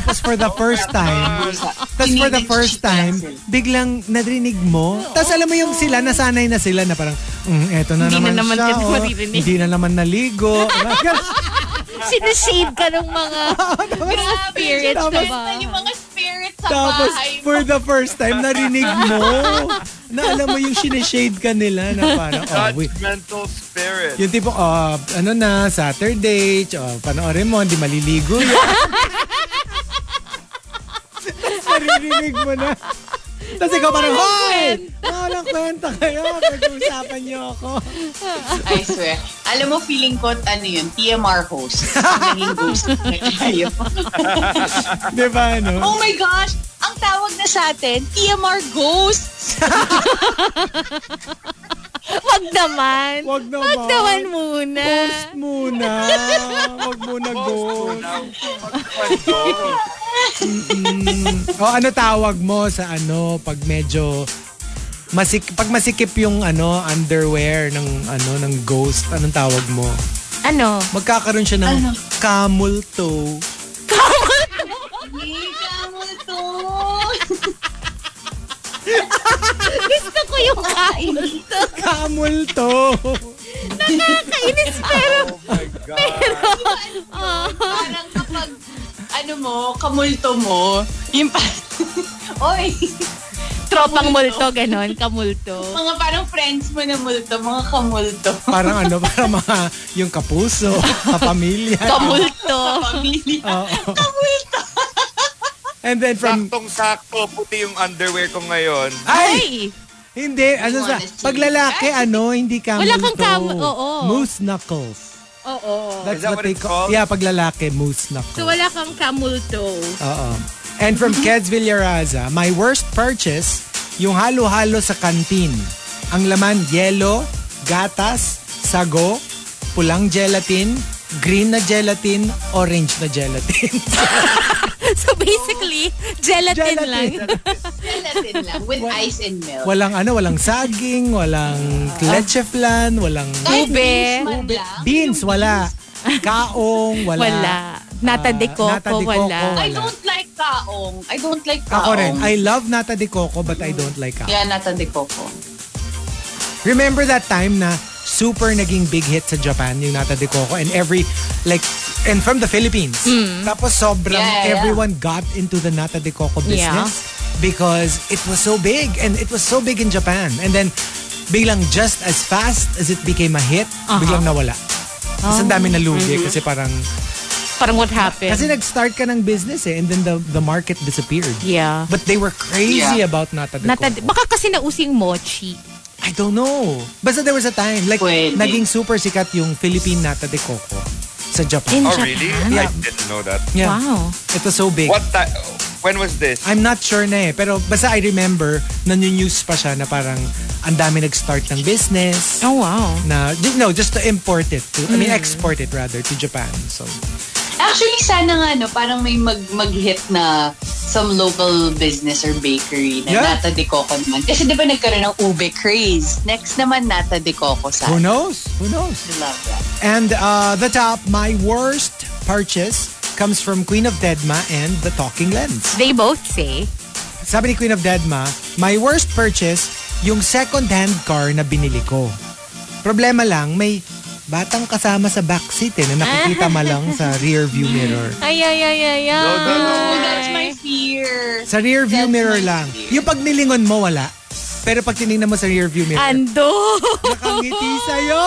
Tapos for the first time, tapos for the first time, biglang narinig mo. Tapos alam mo yung sila, nasanay na sila na parang, mm, eto na
Hindi na
naman,
naman
siya,
ka
oh,
maririnig."
hindi na naman naligo.
Sinashade ka ng mga, mga spirits diba? na
Tapos-
ba?
Diba mga spirits sa
Tapos for the first time, narinig mo. Na alam mo yung sineshade ka nila na parang, oh, wait.
Judgmental spirit.
Yung tipo, ah, ano na, Saturday, ch- oh, panoorin mo, hindi maliligo yun. Tapos maririnig mo na. Tapos ikaw parang, Hoy! Walang kwenta kayo. Pag-uusapan niyo ako.
I swear. Alam mo, feeling ko, ano yun, TMR host. Naging ghost na tayo.
Di ba, ano? no?
Oh my gosh! Ang tawag na sa atin, TMR ghosts!
Wag naman.
Wag naman.
Wag naman muna.
Ghost muna. Huwag muna
Ghost.
ghost.
Ghost.
O ano tawag mo sa ano pag medyo masik pag masikip yung ano underwear ng ano ng ghost anong tawag mo
Ano?
magkakaroon siya ng camel toe
Ika mo to!
Gusto ko yung kain.
Camel toe
Kainis pero.
Oh my God.
Parang kapag, ano mo, kamulto mo, yung parang, oy,
Tropang multo, ganon. Kamulto.
mga parang friends mo na multo, mga kamulto.
parang ano para mga yung kapuso kapamilya
Kamulto.
Oh. Pamilya.
Oo.
Kamulto!
and then from
Saktong-sakto, puti yung underwear ko ngayon.
ay
Ay!
hindi ano sa
Honestly.
pag lalaki ano hindi camel
Wala kang
toe.
camel- oo.
moose knuckles
Oo.
that's
Oh, Is that
what
what
they
it's
call
called?
yeah pag lalaki moose knuckles
So wala kang kamulto.
Oo. And from Keds Villaraza, my worst purchase, yung halo-halo sa kantin. Ang laman, yelo, gatas, sago, pulang gelatin, green na gelatin, orange na gelatin.
So basically, gelatin, lang.
Gelatin lang with ice and milk.
walang ano, walang saging, walang leche flan, walang
Kahit
Ube.
beans man lang.
beans, wala. Kaong, wala.
Wala. Nata
Ah,
de coco,
nata de coco,
wala.
wala.
I don't like kaong. I don't like kaong.
Ako rin. I love nata de coco but I don't like kaong.
Yeah, natandi ko ko.
Remember that time na super naging big hit sa Japan yung nata de coco and every like and from the Philippines. Tapos sobrang
Yeah, yeah, yeah.
everyone got into the nata de coco business because it was so big and it was so big in Japan. And then biglang just as fast as it became a hit, biglang nawala. Kasi ang dami nalugi kasi parang
Parang what happened?
kasi nag-start ka ng business eh and then the the market disappeared.
Yeah.
But they were crazy
Yeah.
about nata de
Nata,
coco.
baka kasi nausing mochi.
I don't know. Basta there was a time, like,
Pwede.
naging super sikat yung Philippine nata de coco sa
In
Japan. Oh,
Oh,
Japan?
really? I didn't know that.
Yeah.
Wow.
It was so big.
What time? When was this?
I'm not sure na eh. Pero basta I remember, nanu-news pa siya na parang ang dami nag-start ng business.
Oh, wow.
Na, you know, just to import it. To, I mean,
Mm.
export it rather to Japan. So,
Actually, sana nga, no, parang may mag, mag-hit na some local business or bakery
Yeah.
na nata de coco naman. Kasi di ba nagkaroon ng ube craze? Next naman, nata de coco sa
who knows? Who knows?
I love that.
And uh, the top, my worst purchase comes from Queen of Deadma and The Talking Lens.
They both say,
sabi ni Queen of Deadma, my worst purchase, yung second-hand car na binili ko. Problema lang, may batang kasama sa backseat eh, na nakikita mo lang sa rear view mirror.
ay, ay, ay, ay, ay.
No, no, no.
Oh, that's my fear.
Sa rear view
That's
mirror
my
lang.
fear.
Yung pag nilingon mo, wala. Pero pag tinignan mo sa rear view mirror,
Ano?
Ando.
nakangiti sa'yo!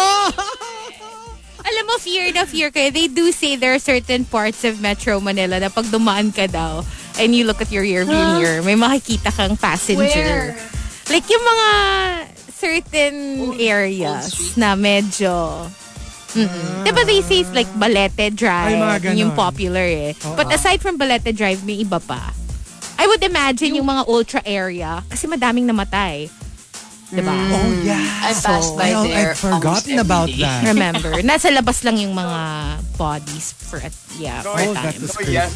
Alam mo, fear na fear kayo. They do say there are certain parts of Metro Manila na pag dumaan ka daw and you look at your rearview mirror, may makikita kang passenger.
Where?
Like yung mga certain areas na medyo... Mm-mm. Diba they say it's like Balete
Ah. Ay,
Drive,
mga ganon.
yung popular eh. But aside from Balete Drive, may iba pa. I would imagine yung, mga ultra area kasi madaming namatay. Diba?
Oh, yeah.
Hmm. I passed by
Well,
there
I've forgotten
almost every
about
day.
that.
Remember, nasa labas lang yung mga bodies for a, yeah, for a
Oh, that
time.
was
So
crazy.
yes.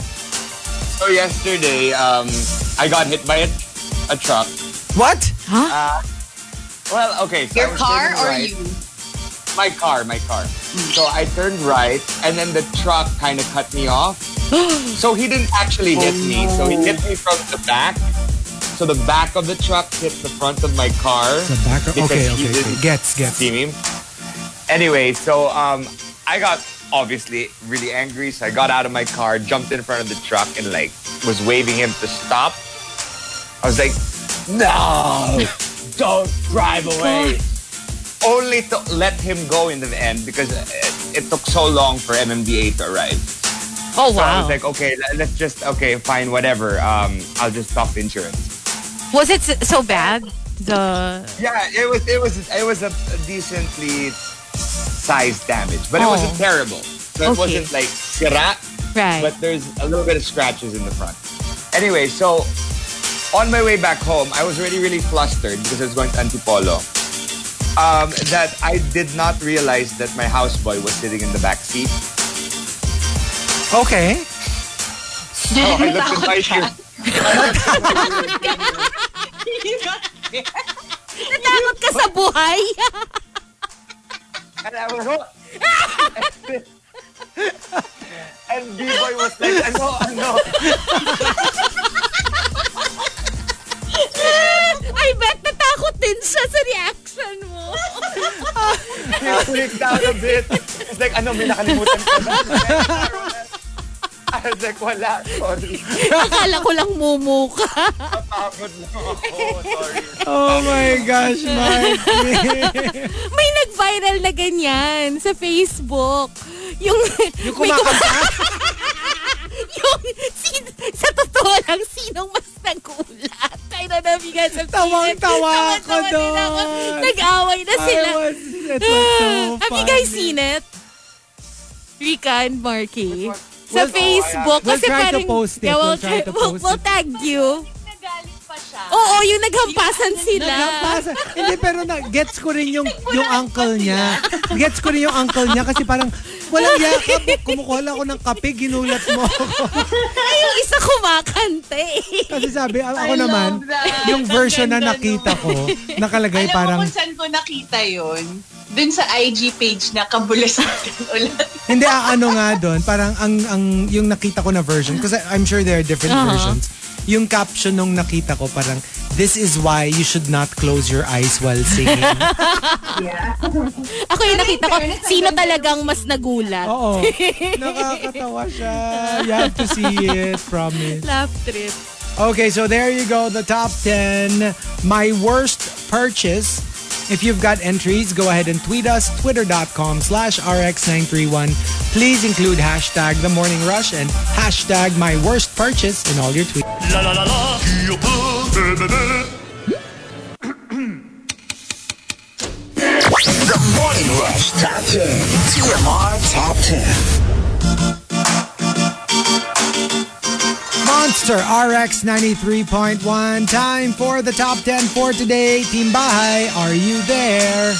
So yesterday, um, I got hit by a, a truck.
What?
Well, okay. So
Oh,
I
Your
was
car
turning
or
right.
you?
My car, my car. So I turned right, and then the truck kind of cut me off. so he didn't actually hit me.
Oh,
So he hit me from the back. So the back of the truck hit the front of my car.
The back okay,
because
okay,
he
okay.
didn't
Gets, gets.
see me. Anyway, so um, I got obviously really angry. So I got out of my car, jumped in front of the truck, and like was waving him to stop. I was like, "No, don't drive away." Only to let him go in the end because it, it took so long for MMDA to arrive.
Oh,
So I
wow.
was like, "Okay, let- let's just okay, fine, whatever. Um, I'll just stop insurance."
Was it s- so bad? The
Yeah, it was it was it was a decently sized damage, but it
Oh.
wasn't terrible. So it
Okay.
wasn't like sira,
Right.
but there's a little bit of scratches in the front. Anyway, so on my way back home, I was already really flustered because I was going to Antipolo. Um, that I did not realize that my houseboy was sitting in the back seat.
Okay.
So I looked in my rear.
Natakot ka sa buhay?
And I was what? and B-Boy was like, ano, ano?
I bet natakot din siya sa reaction mo.
He freaked out a bit. He's like, ano, may nakalimutan ka ba? I was like, wala, sorry.
Akala ko lang mumu ka.
Tapos na ako, sorry.
Oh my gosh, Marky.
May nag-viral na ganyan sa Facebook. Yung, yung yung, sin, sa totoo lang, sinong mas nagulat? I don't know if you guys have seen it.
Tawang-tawa ako
Tawa-tawa din ako.
doon.
Nag-away na sila.
I was, it
Ah,
was so
Have you guys seen it? Rika and Marky. sa Facebook.
We'll
kasi
try to
parang,
post it.
Yeah, we'll,
We'll try to
we'll-
post
we'll
it.
tag you.
Nagalit pa siya.
Oo, yung naghampasan sila.
Pasa. Hindi, pero na, gets ko rin yung, yung uncle niya. Gets ko rin yung uncle niya kasi parang walang yakap. Kumukuha lang ako ng kape, ginulat mo ako.
Ay, yung isa kumakanta eh.
Kasi sabi, ako
I love
naman,
that.
yung version na
Ang ganda
nakita
nun.
ko, nakalagay
Alam
parang,
mo kung saan ko nakita yun? Dun sa IG page na kabulasakan ulit.
hindi, ah, ano nga doon, parang ang, ang, yung nakita ko na version, kasi I'm sure there are different
Uh-huh.
versions, yung caption nung nakita ko parang, this is why you should not close your eyes while singing.
Ako yung nakita ko, sino talagang mas nagulat?
Oo. Nakakatawa siya. You have to see it, promise.
Love trip.
Okay, so there you go, the top 10. My worst purchase. If you've got entries, go ahead and tweet us, twitter.com slash rx931. Please include hashtag the morning rush and hashtag my worst purchase in all your tweets.
La la la la, qui peut, da, da, da.
The Morning Rush Top 10. TMR Top 10.
Monster RX 93.1. Time for the top 10 for today. Team Bahay, are you there?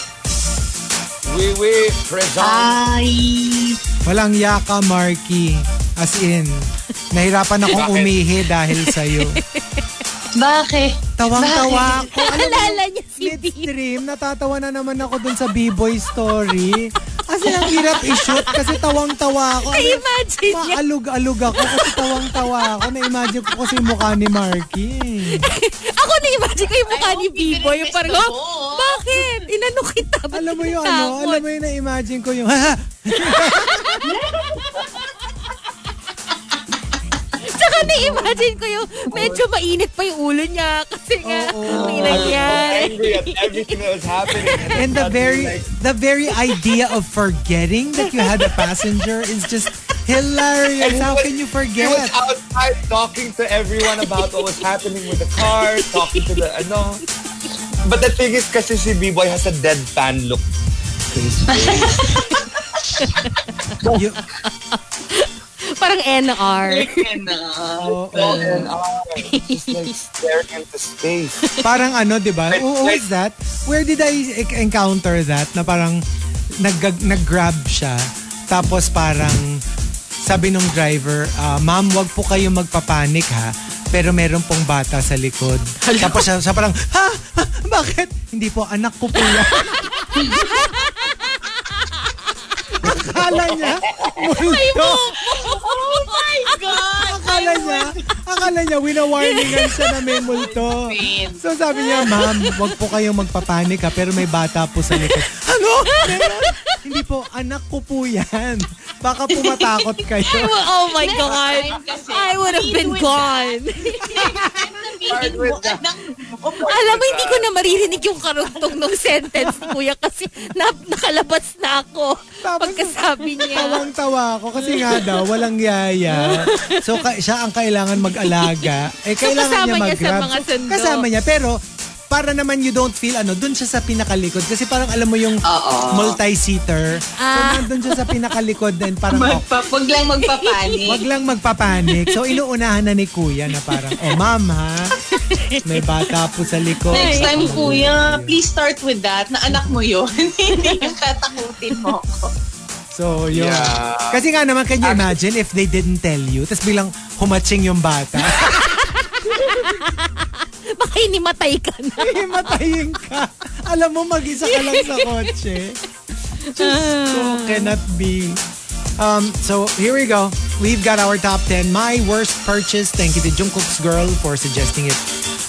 We we present.
Ay!
Walang yaka, Marky. As in, nahirapan akong
Bakit?
umihi dahil sa'yo.
Bakit?
Tawang-tawa ako. Alam mo,
Alala niya si Dean.
midstream, natatawa na naman ako dun sa B-Boy story. Kasi ang hirap i-shoot kasi tawang-tawa ako.
Ay, imagine niya.
Maalog-alog ako kasi tawang-tawa ako. Na-imagine ko kasi yung mukha ni Marky.
Ako na-imagine ko yung mukha
I
ni
hope hindi
B-Boy.
ka
Yung parang,
nagtesto
oh,
ko.
bakit? Inano kita? Ba't
Alam mo yung
kinatakot?
ano, alam mo yung na-imagine ko yung, ha?
Tsaka na-imagine ko yung medyo mainit pa yung ulo niya. Kasi nga,
Oo.
may nangyari.
Angry at everything that was happening.
And the very, the very idea of forgetting that you had a passenger is just hilarious. How can you
He was
forget?
outside talking to everyone about what was happening with the car, talking to the ano. But the thing is, kasi si B-Boy has a deadpan look to his face.
You-
Parang NR.
oo, oo.
And, uh, just like staring into space.
Parang ano, di ba?
Like-
Who, who is that? Where did I e- encounter that? Na parang nag- nag-grab siya. Tapos parang sabi nung driver, ah, ma'am, wag po kayo magpapanik ha. Pero meron pong bata sa likod. Tapos siya, siya parang, ha? Ha? Bakit? Hindi po, anak ko po yan. Akala niya, multo.
Oh my God!
Akala niya, akala niya, winawarningan siya na may multo. So sabi niya, ma'am, wag po kayong magpapanik ha, pero may bata po sa likod. Ano? Meron? Hindi po, anak ko po yan. Baka po matakot kayo.
Oh my God!
time kasi,
I would have been
please do it
gone.
Sabihin mo, anak mo.
Alam mo, hindi ko na maririnig yung karugtong ng sentence, kuya, kasi na, nakalabas na ako
Tapos-
pagkasabi niya.
Tawang-tawa ako kasi nga daw, walang yaya. So ka- siya ang kailangan mag-alaga. Eh,
So,
kailangan niya
kasama niya sa
mag-grab.
mga sundo.
Kasama niya, pero para naman you don't feel ano, dun siya sa pinakalikod. Kasi parang alam mo yung multi-seater.
Ah.
So nandun siya sa pinakalikod din. Parang, oh,
Magpa- Huwag lang magpapanik.
Wag lang magpapanik. So, inuunahan na ni kuya na parang, oh, ma'am, ha? May bata po sa likod.
Next time, kuya, please start with that na anak mo yun. Hindi yung tatakutin mo ako.
So, yun.
Yeah.
Kasi nga naman, can you imagine if they didn't tell you? Tapos bilang humatching yung bata.
Baka inimatay ka na.
Eh, matayin ka. Alam mo, mag-isa ka lang sa kotse.
Ah.
Just so cannot be. Um, so, here we go. We've got our top 10. My worst purchase. Thank you to Jungkook's girl for suggesting it.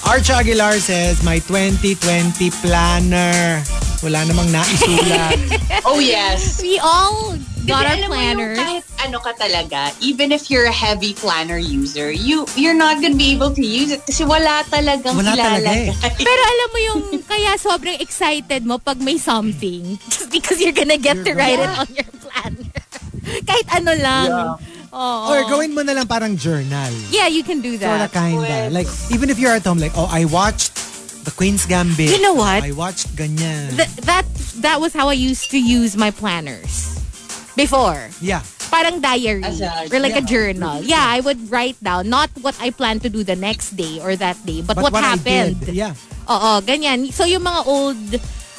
Arch Aguilar says, my 2020 planner. Wala namang naisulat.
Oh, yes.
We all got our
alam mo yung
planners.
kahit ano ka talaga, even if you're a heavy planner user, you you're not gonna be able to use it kasi wala talagang
Wala talaga eh.
ilalagay.
Pero alam mo yung kaya sobrang excited mo pag may something. Just because you're gonna get to write it on your planner. kahit ano lang. Oo.
Or gawin mo na lang parang journal.
Yeah, you can do
Sort
that.
of, kinda. Like, even if you're at home, like, oh, I watched The Queen's Gambit.
You know what?
I watched ganyan.
Th- that that was how I used to use my planners before.
yeah.
parang diary
As a-
or like a
yeah.
journal. Yeah, I would write down not what I plan to do the next day or that day, but, what,
I
happened.
did, yeah.
Oo, ganyan. So yung mga old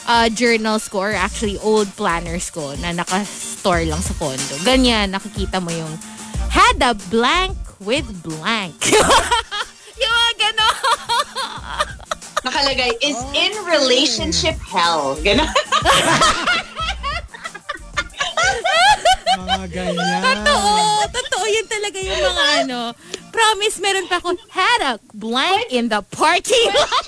uh, journals ko or actually old planners ko na naka-store lang sa condo. Ganyan, nakikita mo yung had a blank with blank. yung mga ganon.
Nakalagay, is in relationship hell. Ganun.
Mga ganyan.
totoo. Totoo yun talaga yung mga ano. Promise, meron pa ako had a blank in the parking lot.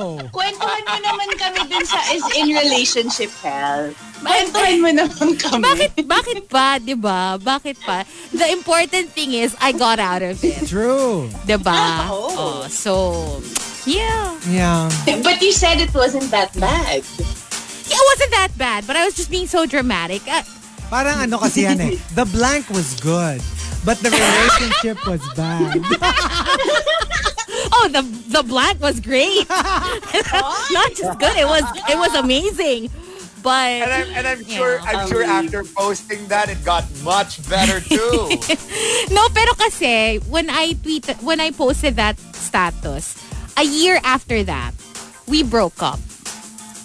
Oh.
Kwentuhan mo naman kami dun sa is in relationship hell. Kwentuhan mo naman kami.
Bakit, bakit pa, di ba? Bakit pa? The important thing is, I got out of it.
True.
Di ba?
Oo.
Oh, so, yeah.
Yeah.
But you said it wasn't that bad.
Yeah, It wasn't that bad, but I was just being so dramatic. Uh,
Parang ano kasi yan eh. The blank was good. But the relationship was bad.
oh, the the black was great. Not just good, it was it was amazing. But
And I'm, and I'm sure, I'm sure after posting that, it got much better too.
No, pero kasi when I tweet when I posted that status, a year after that, we broke up.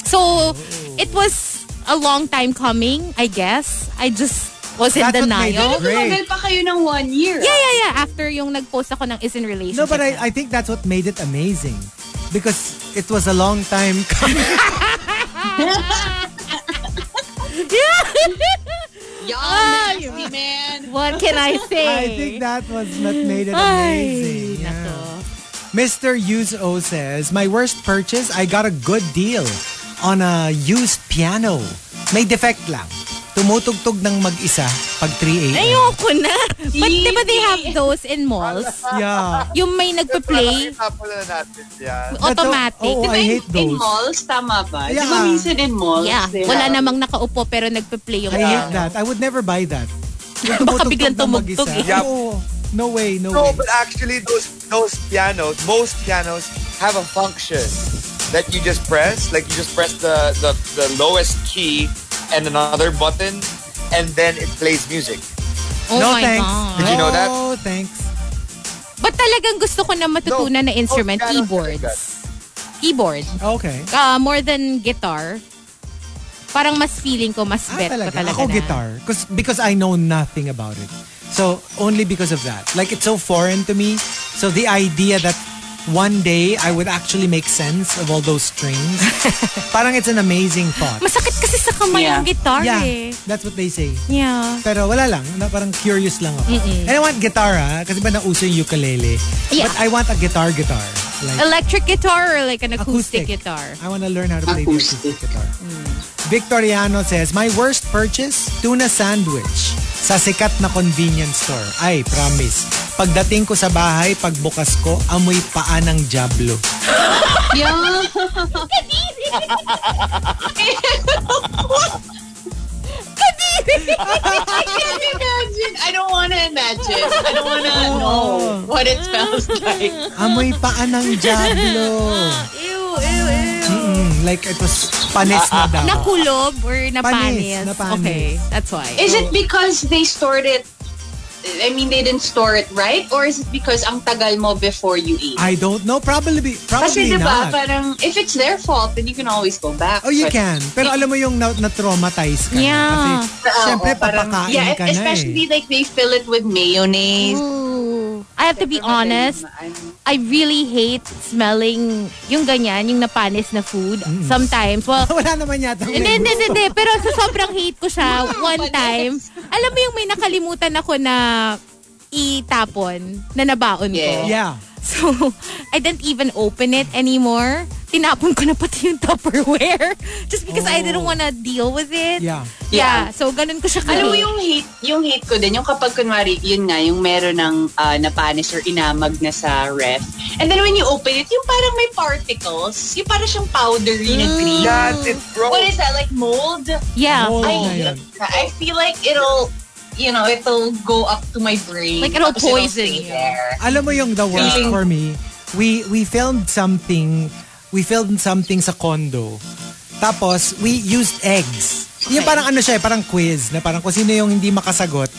So
Oh.
it was a long time coming, I guess. I just was in
That's what made
denial.
it
Tumagal
great.
pa kayo ng one year.
Yeah, yeah, yeah. After yung nag-post ako ng is in relationship.
No, but I, I think that's what made it amazing. Because it was a long time coming.
Y'all
Ay.
nasty, man.
what can I say?
I think that was what made it
Ay,
amazing. Yeah.
nako.
Mr. Yuzo says, My worst purchase, I got a good deal on a used piano. May defect lang. Tumutugtog ng mag-isa pag 3 a.m.
Ayoko na. But di ba they have those in malls?
Yeah.
Yung may nagpa-play,
Tapos natin yan.
automatic.
That's- Oh, I
Diba In-
hate
In
those.
malls, tama ba? Di ba
Yeah.
minsan in malls? diba?
Yeah,
they
wala
have-
namang nakaupo pero nagpa-play yung
I hate that. I would never buy that. Yung
Baka
tumutugtog
biglang
ng mag-isa.
tumugtog eh.
Yup.
Oo. No way, no,
No,
way.
but actually, those those pianos, most pianos have a function that you just press. Like you just press the the, the lowest key and another button, and then it plays music.
Oh
no
my
thanks.
God.
Did you know that?
No thanks.
But talagang gusto ko na matutunan
No,
na instrument,
no, piano
keyboards. Keyboard.
Okay.
Uh, more than guitar. Parang mas feeling ko, mas
Ah,
bet
talaga?
ko talaga
Ako
na.
guitar. Cause, because I know nothing about it. So, only because of that. Like, it's so foreign to me. So, the idea that one day I would actually make sense of all those strings, parang it's an amazing thought.
Masakit kasi sa kamay ang
Yeah.
guitar
yeah,
eh.
that's what they say.
Yeah.
Pero wala lang. Na, parang curious lang ako. And I want guitar, ah. Kasi ba nauso yung ukulele?
Yeah.
But I want a guitar guitar. Like,
Electric guitar or like an acoustic,
Acoustic.
guitar? Mm.
I want to learn how to play the
Acoustic.
acoustic guitar. Victoriano says, My worst purchase, tuna sandwich sa sikat na convenience store. Ay, promise. Pagdating ko sa bahay, pagbukas ko, amoy paa ng Diablo.
Yeah. I can't imagine. I don't want to imagine. I don't want to
Oh.
know what it smells like.
Amoy paa ng Diablo.
Ew, ew, ew.
Mm, like, it was panis na
Ah,
daw.
Nakulob or napanis?
Panis, napanis.
Okay, that's why.
Is
Oh.
it because they stored it? I mean, they didn't store it right? Or is it because ang tagal mo before you eat?
I don't know. Probably,
Kasi
probably
diba,
di ba,
not.
parang, if it's their fault, then you can always go back.
Oh, you
But-
can. Pero alam mo yung na- na-traumatize ka. na.
Yeah.
Kasi, syempre,
Oo, oh, parang-
papakain
yeah,
ka na
especially
eh.
like they fill it with mayonnaise.
Ooh. I have to be honest. I really hate smelling yung ganyan, yung napanis na food. Sometimes, well,
eh. Wala naman yata. ang
hindi, hindi,
nag-
hindi. Pero sa sobrang hate ko siya, one time, alam mo yung may nakalimutan ako na itapon na nabaon ko.
Yeah.
Yeah.
So, I didn't even open it anymore. Tinapon ko na pati yung Tupperware. Just because I didn't want to deal with it.
Yeah.
Yeah. So, ganun ko siya.
Alam mo
ka-hate.
yung hate, yung hate ko din, yung kapag kunwari, yun nga, yung meron ng ah, napanis or inamag na sa ref. And then when you open it, yung parang may particles. Yung parang siyang powdery
Mm.
na green.
Yes, it's gross.
What is that, like mold?
Yeah.
Mold.
I,
Oh,
hate
yeah.
it. I feel like it'll, you know, it'll go up to my brain.
Like it'll
Tapos
poison
stay
you.
there.
Alam mo yung the worst
Feeling-
for me, we we filmed something, we filmed something sa condo. Tapos, we used eggs. Yung parang ano siya, eh, parang quiz na parang kung sino yung hindi makasagot,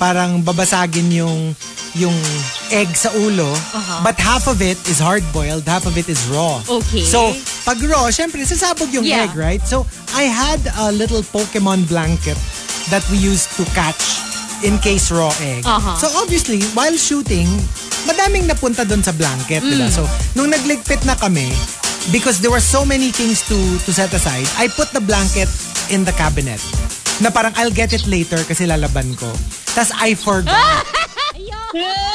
parang babasagin yung yung egg sa ulo.
Uh-huh.
But half of it is hard-boiled, half of it is raw.
Okay.
So, pag raw, syempre, sasabog yung
Yeah.
egg, right? So, I had a little Pokemon blanket that we used to catch in case raw egg.
Uh-huh.
So, obviously, while shooting, madaming napunta doon sa blanket, diba?
Mm.
So, nung nagligpit na kami, because there were so many things to to set aside, I put the blanket in the cabinet. Na parang, I'll get it later kasi lalaban ko. Tapos, I forgot.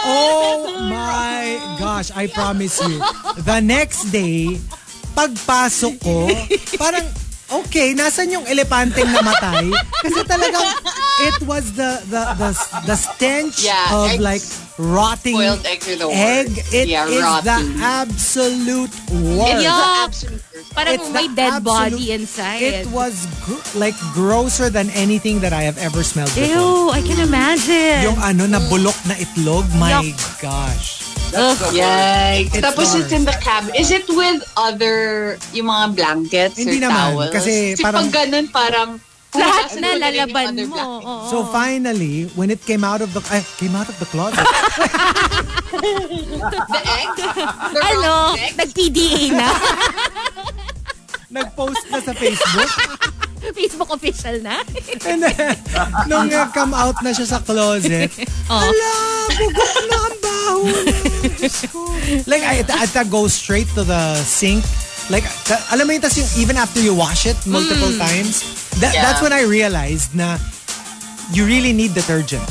Oh my gosh, I promise you. The next day, pagpasok ko, parang, okay, nasan yung elepanteng namatay? Kasi talagang, it was the, the, the, the stench
Yeah,
of
eggs.
like rotting
Boiled eggs are the worst.
egg. It
Yeah,
is the
rotten.
absolute
It's
worst.
the
Yeah.
absolute worst.
Parang
It's
may
the
dead body
absolute-
inside.
It was gr- like grosser than anything that I have ever smelled before.
Ew, I can imagine.
Yung ano, nabulok na itlog, my
Yuck.
gosh.
Ugh.
Yikes.
It's
Tapos
hard.
it's in the cab. Is it with other, yung mga blankets
Hindi
or
naman,
towels?
kasi parang-
pag ganun, parang...
Lahat
Nasaan
na
ba yung
lalaban
other
mo.
blankets?
Oo.
So finally, when it came out of the ay, came out of the closet.
The egg? The
ano,
rotten egg?
nag-PDA na.
Nag-post na sa Facebook.
Facebook official na.
And then, nung uh, come out na siya sa closet, ala, gugup na ang baho. niya. Diyos ko. like, I, I, I go straight to the sink. Like, ta- alam mo yun, tas yung, even after you wash it multiple times, that,
Yeah.
that's when I realized na you really need detergent.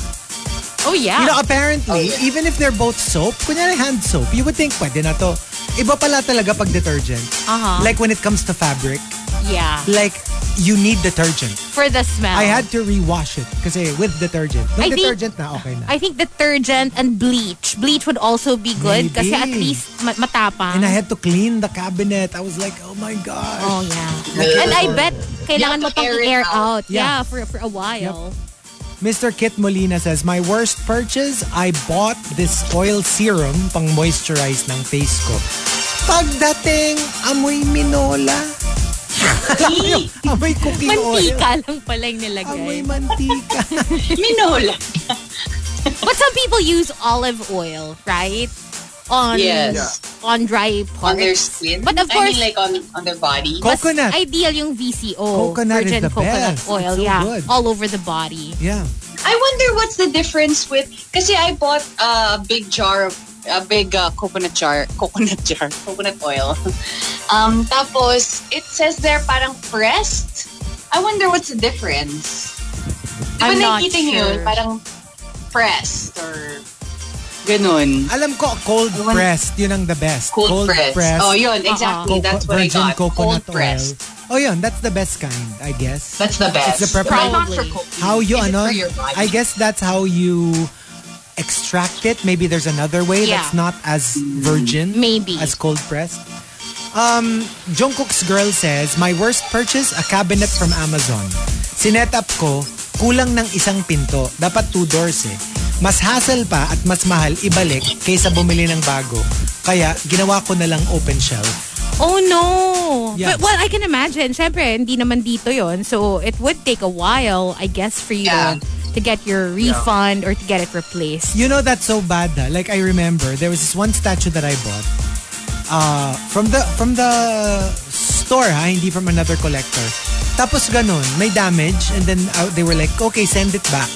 Oh, yeah.
You know,
Oh,
apparently, even if they're both soap, kunyari hand soap, you would think, pwede na to. Iba pala talaga pag detergent.
Aha.
Like when it comes to fabric,
yeah.
like you need detergent.
For the smell.
I had to rewash it kasi with detergent. Nung
Oh. I think-
detergent na, okay na.
I think detergent and bleach. Bleach would also be good
Maybe.
kasi at least ma- matapang.
And I had to clean the cabinet. I was like, oh my gosh.
Oh, yeah. And I bet kailangan
You
mo
have to
pang
air it
i-air out.
out.
Yeah.
Yeah.
for for a while.
Mr. Kit Molina says, My worst purchase, I bought this oil serum pang moisturize ng face ko. Pagdating, amoy minola. Alam mo yung amoy cooking oil.
Mantika lang pala yung
Amoy
nilagay.
mantika.
Minola.
But some people use olive oil, right? On
Yes.
on dry parts.
On their skin?
But of
I
course,
mean like on, on their body?
Co-
mas
Coconut.
ideal yung VCO.
Coconut is
virgin
the
coconut
best.
oil,
It's so
yeah.
good.
All over the body.
yeah.
I wonder what's the difference with... Kasi I bought uh, a big jar of... A big uh, coconut jar. Coconut jar. Coconut oil. Um, tapos, it says there parang pressed. I wonder what's the difference. Di ba
I'm not
nakikita niyo
sure.
yun? Parang pressed or... Ganun.
Alam ko, cold
I want-
pressed. Yun ang the best.
Cold, pressed. Oh, yun.
Uh-uh.
Exactly.
coco-
That's what I
virgin
got.
coconut
Cold pressed.
oil. Oh, yun. That's the best kind, I guess.
That's the best.
It's the
But
preferred-
not for
Probably.
cooking.
how you
Is it
ano
for your body?
I guess that's how you extract it. Maybe there's another way
Yeah.
that's not as virgin.
Maybe.
As cold pressed. Um, Jungkook's girl says, My worst purchase, a cabinet from Amazon. Sinet up ko, kulang ng isang pinto. Dapat two doors eh. Mas hassle pa at mas mahal ibalik kaysa bumili ng bago. Kaya ginawa ko na lang open shelf.
Oh no!
Yeah.
But, well, I can imagine. Siyempre, hindi naman dito yon, So, it would take a while, I guess, for you
Yeah.
to get your refund or to get it replaced.
You know that's so bad. ah. Like I remember there was this one statue that I bought uh, from the from the store, ha, hindi from another collector. Tapos ganun, may damage and then uh, they were like, "Okay, send it back."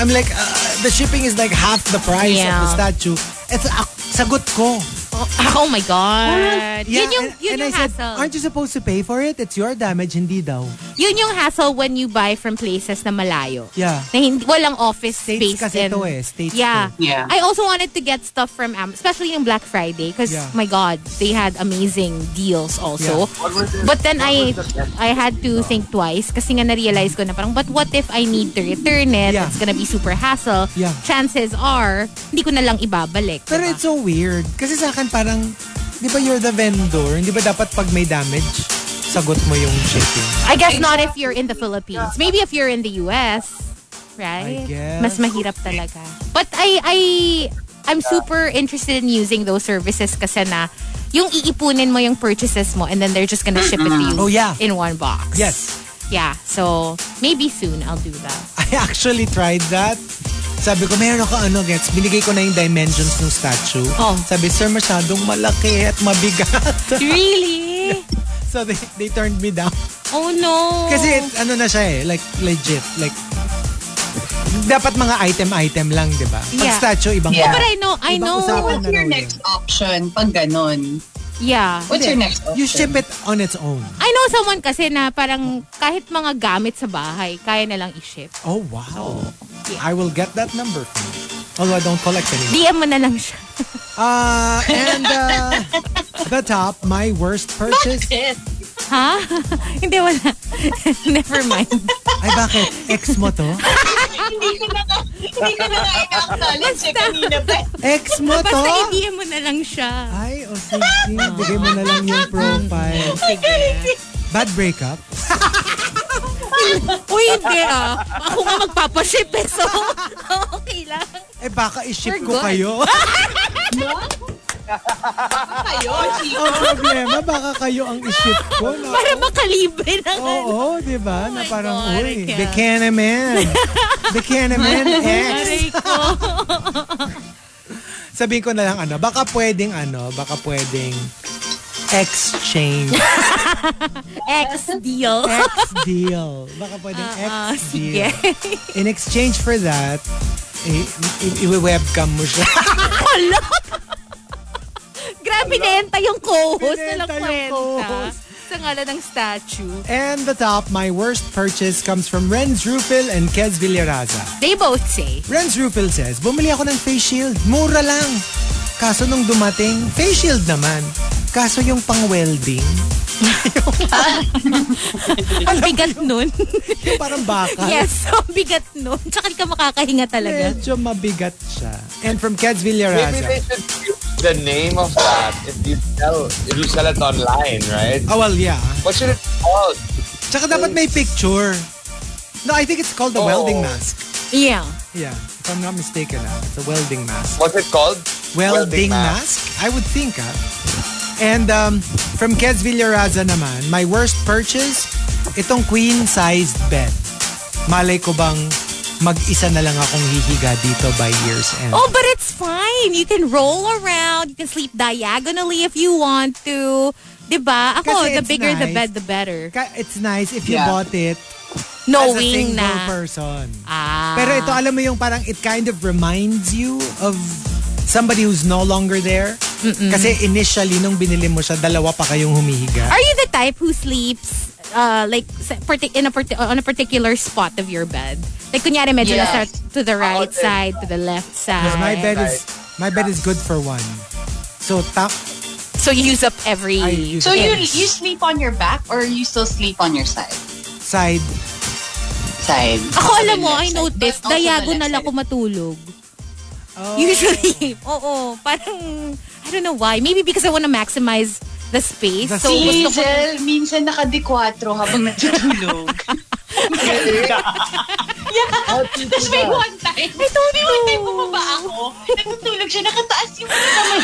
I'm like, uh, "The shipping is like half the price of the
Yeah.
statue." It's uh, sagot ko.
Oh, oh my God! yun yung,
and,
yun
and
yung
I said,
hassle.
"Aren't you supposed to pay for it? It's your damage, hindi daw."
yun yung hassle when you buy from places na malayo.
Yeah.
Na hindi, walang office
States
space.
kasi
and-
to eh, states
yeah.
to.
Yeah.
I also wanted to get stuff from Amazon, especially yung Black Friday because,
Yeah.
my God, they had amazing deals also. But then I I had to think twice kasi nga na-realize ko na parang, but what if I need to return it?
Yeah.
It's gonna be super hassle.
Yeah.
Chances are, hindi ko na lang ibabalik.
Pero
diba?
it's so weird. Kasi sa akin parang, di ba you're the vendor? Hindi ba dapat pag may damage, sagot mo yung shipping?
I guess not if you're in the Philippines. Maybe if you're in the US,
I
right?
guess.
Mas mahirap talaga. But I I I'm super interested in using those services kasi na yung iipunin mo yung purchases mo and then they're just gonna ship it to you
Oh, yeah.
in one box.
Yes.
Yeah. So maybe soon I'll do that.
I actually tried that. Sabi ko, meron ako ano, gets. Binigay ko na yung dimensions ng statue.
Oh.
Sabi, sir, masyadong malaki at mabigat.
Really?
so they, they turned me down.
Oh no.
Kasi ano na siya eh, like legit. Like, dapat mga item-item lang, di ba? Pag
Yeah.
statue, ibang
Yeah.
Oh, But I know, I
Ibang
know.
usapan.
What's your next option pag ganon?
Yeah.
What's your next option?
You ship it on its own.
I know someone kasi na parang kahit mga gamit sa bahay, kaya na lang i-ship.
Oh, wow.
yeah.
I will get that number from you. Although I don't collect anymore.
DM mo na lang siya.
Uh, and uh, the top, my worst purchase.
Ha? Hindi, wala. Never mind.
Ay, bakit? Ex mo to?
hindi ko na nga, hindi ko na nga ina-acknowledge eh kanina pa.
Ex mo to?
Basta i-DM mo na lang siya.
Ay, o sige. Bigay mo na lang yung profile. Bad breakup?
Uy, hindi ah. Ako nga magpapaship eh, so okay lang.
Eh, baka iship
We're
ko
good.
kayo. Ang problema, baka kayo ang iship ko. No?
Para makalibre ng ano.
Oo, di ba? na
my
parang, uy,
God, I can't.
the Canaman. the Canaman X.
Aray ko.
Sabihin ko na lang ano, baka pwedeng ano, baka pwedeng exchange,
Ex deal.
ex deal. Baka pwedeng
Ah,
ex deal.
sige.
In exchange for that, i- i- iwi-webcam mo siya.
Hala! Grabe, nenta yung co-host.
Binenta
Walang
yung
kwenta.
co-host.
Sa ngalan ng statue.
And the top, my worst purchase comes from Renz Rufil and Kez Villaraza.
They both say,
Renz Rufil says, bumili ako ng face shield. Mura lang. Kaso nung dumating, face shield naman. Kaso yung pang-welding,
ang bigat nun.
yung parang bakal.
yes, ang bigat nun. Tsaka di ka makakahinga talaga.
Medyo mabigat siya. And from Keds
Maybe
Villaraza.
they should use the name of that if you sell if you sell it online, right?
Oh, well, yeah.
What should it be called?
Tsaka dapat may picture. No, I think it's called the
Oo.
welding mask.
Yeah.
Yeah, if I'm not mistaken. Ah. It's a welding mask.
What's it called?
Welding,
mask.
mask? I would think, ah. And um, from Keds Villaraza naman, my worst purchase, itong queen-sized bed. Malay ko bang mag-isa na lang akong hihiga dito by year's end.
Oh, but it's fine. You can roll around. You can sleep diagonally if you want to. Diba? Ako,
Kasi
the
it's
bigger the
nice.
bed, the better.
Ka- It's nice if you
Yeah.
bought it as a
Knowing
single
na.
person.
Ah.
Pero ito, alam mo yung parang it kind of reminds you of somebody who's no longer there. Kasi initially, nung binili mo siya, dalawa pa kayong humihiga.
Are you the type who sleeps uh, like sa- parti- in a parti- on a particular spot of your bed? Like kunyari medyo nasa
Yes.
to the right
Ako din.
side, to the left side.
Because my bed is my bed is good for one. So tap
So you use up every
I use
So you
it.
you sleep on your back or you still sleep on your side?
side.
Side.
Ako alam mo, I
Side.
noticed,
But also the
diagonal
left
ako matulog.
Oh.
Usually, oo, parang, I don't know why. Maybe because I want to maximize the space.
The
so,
space.
gusto ko,
Hazel, minsan naka-D4 habang natutulog. Tapos may one
I
time,
don't
may one time
know.
bumaba ako, natutulog siya, nakataas yung kamay.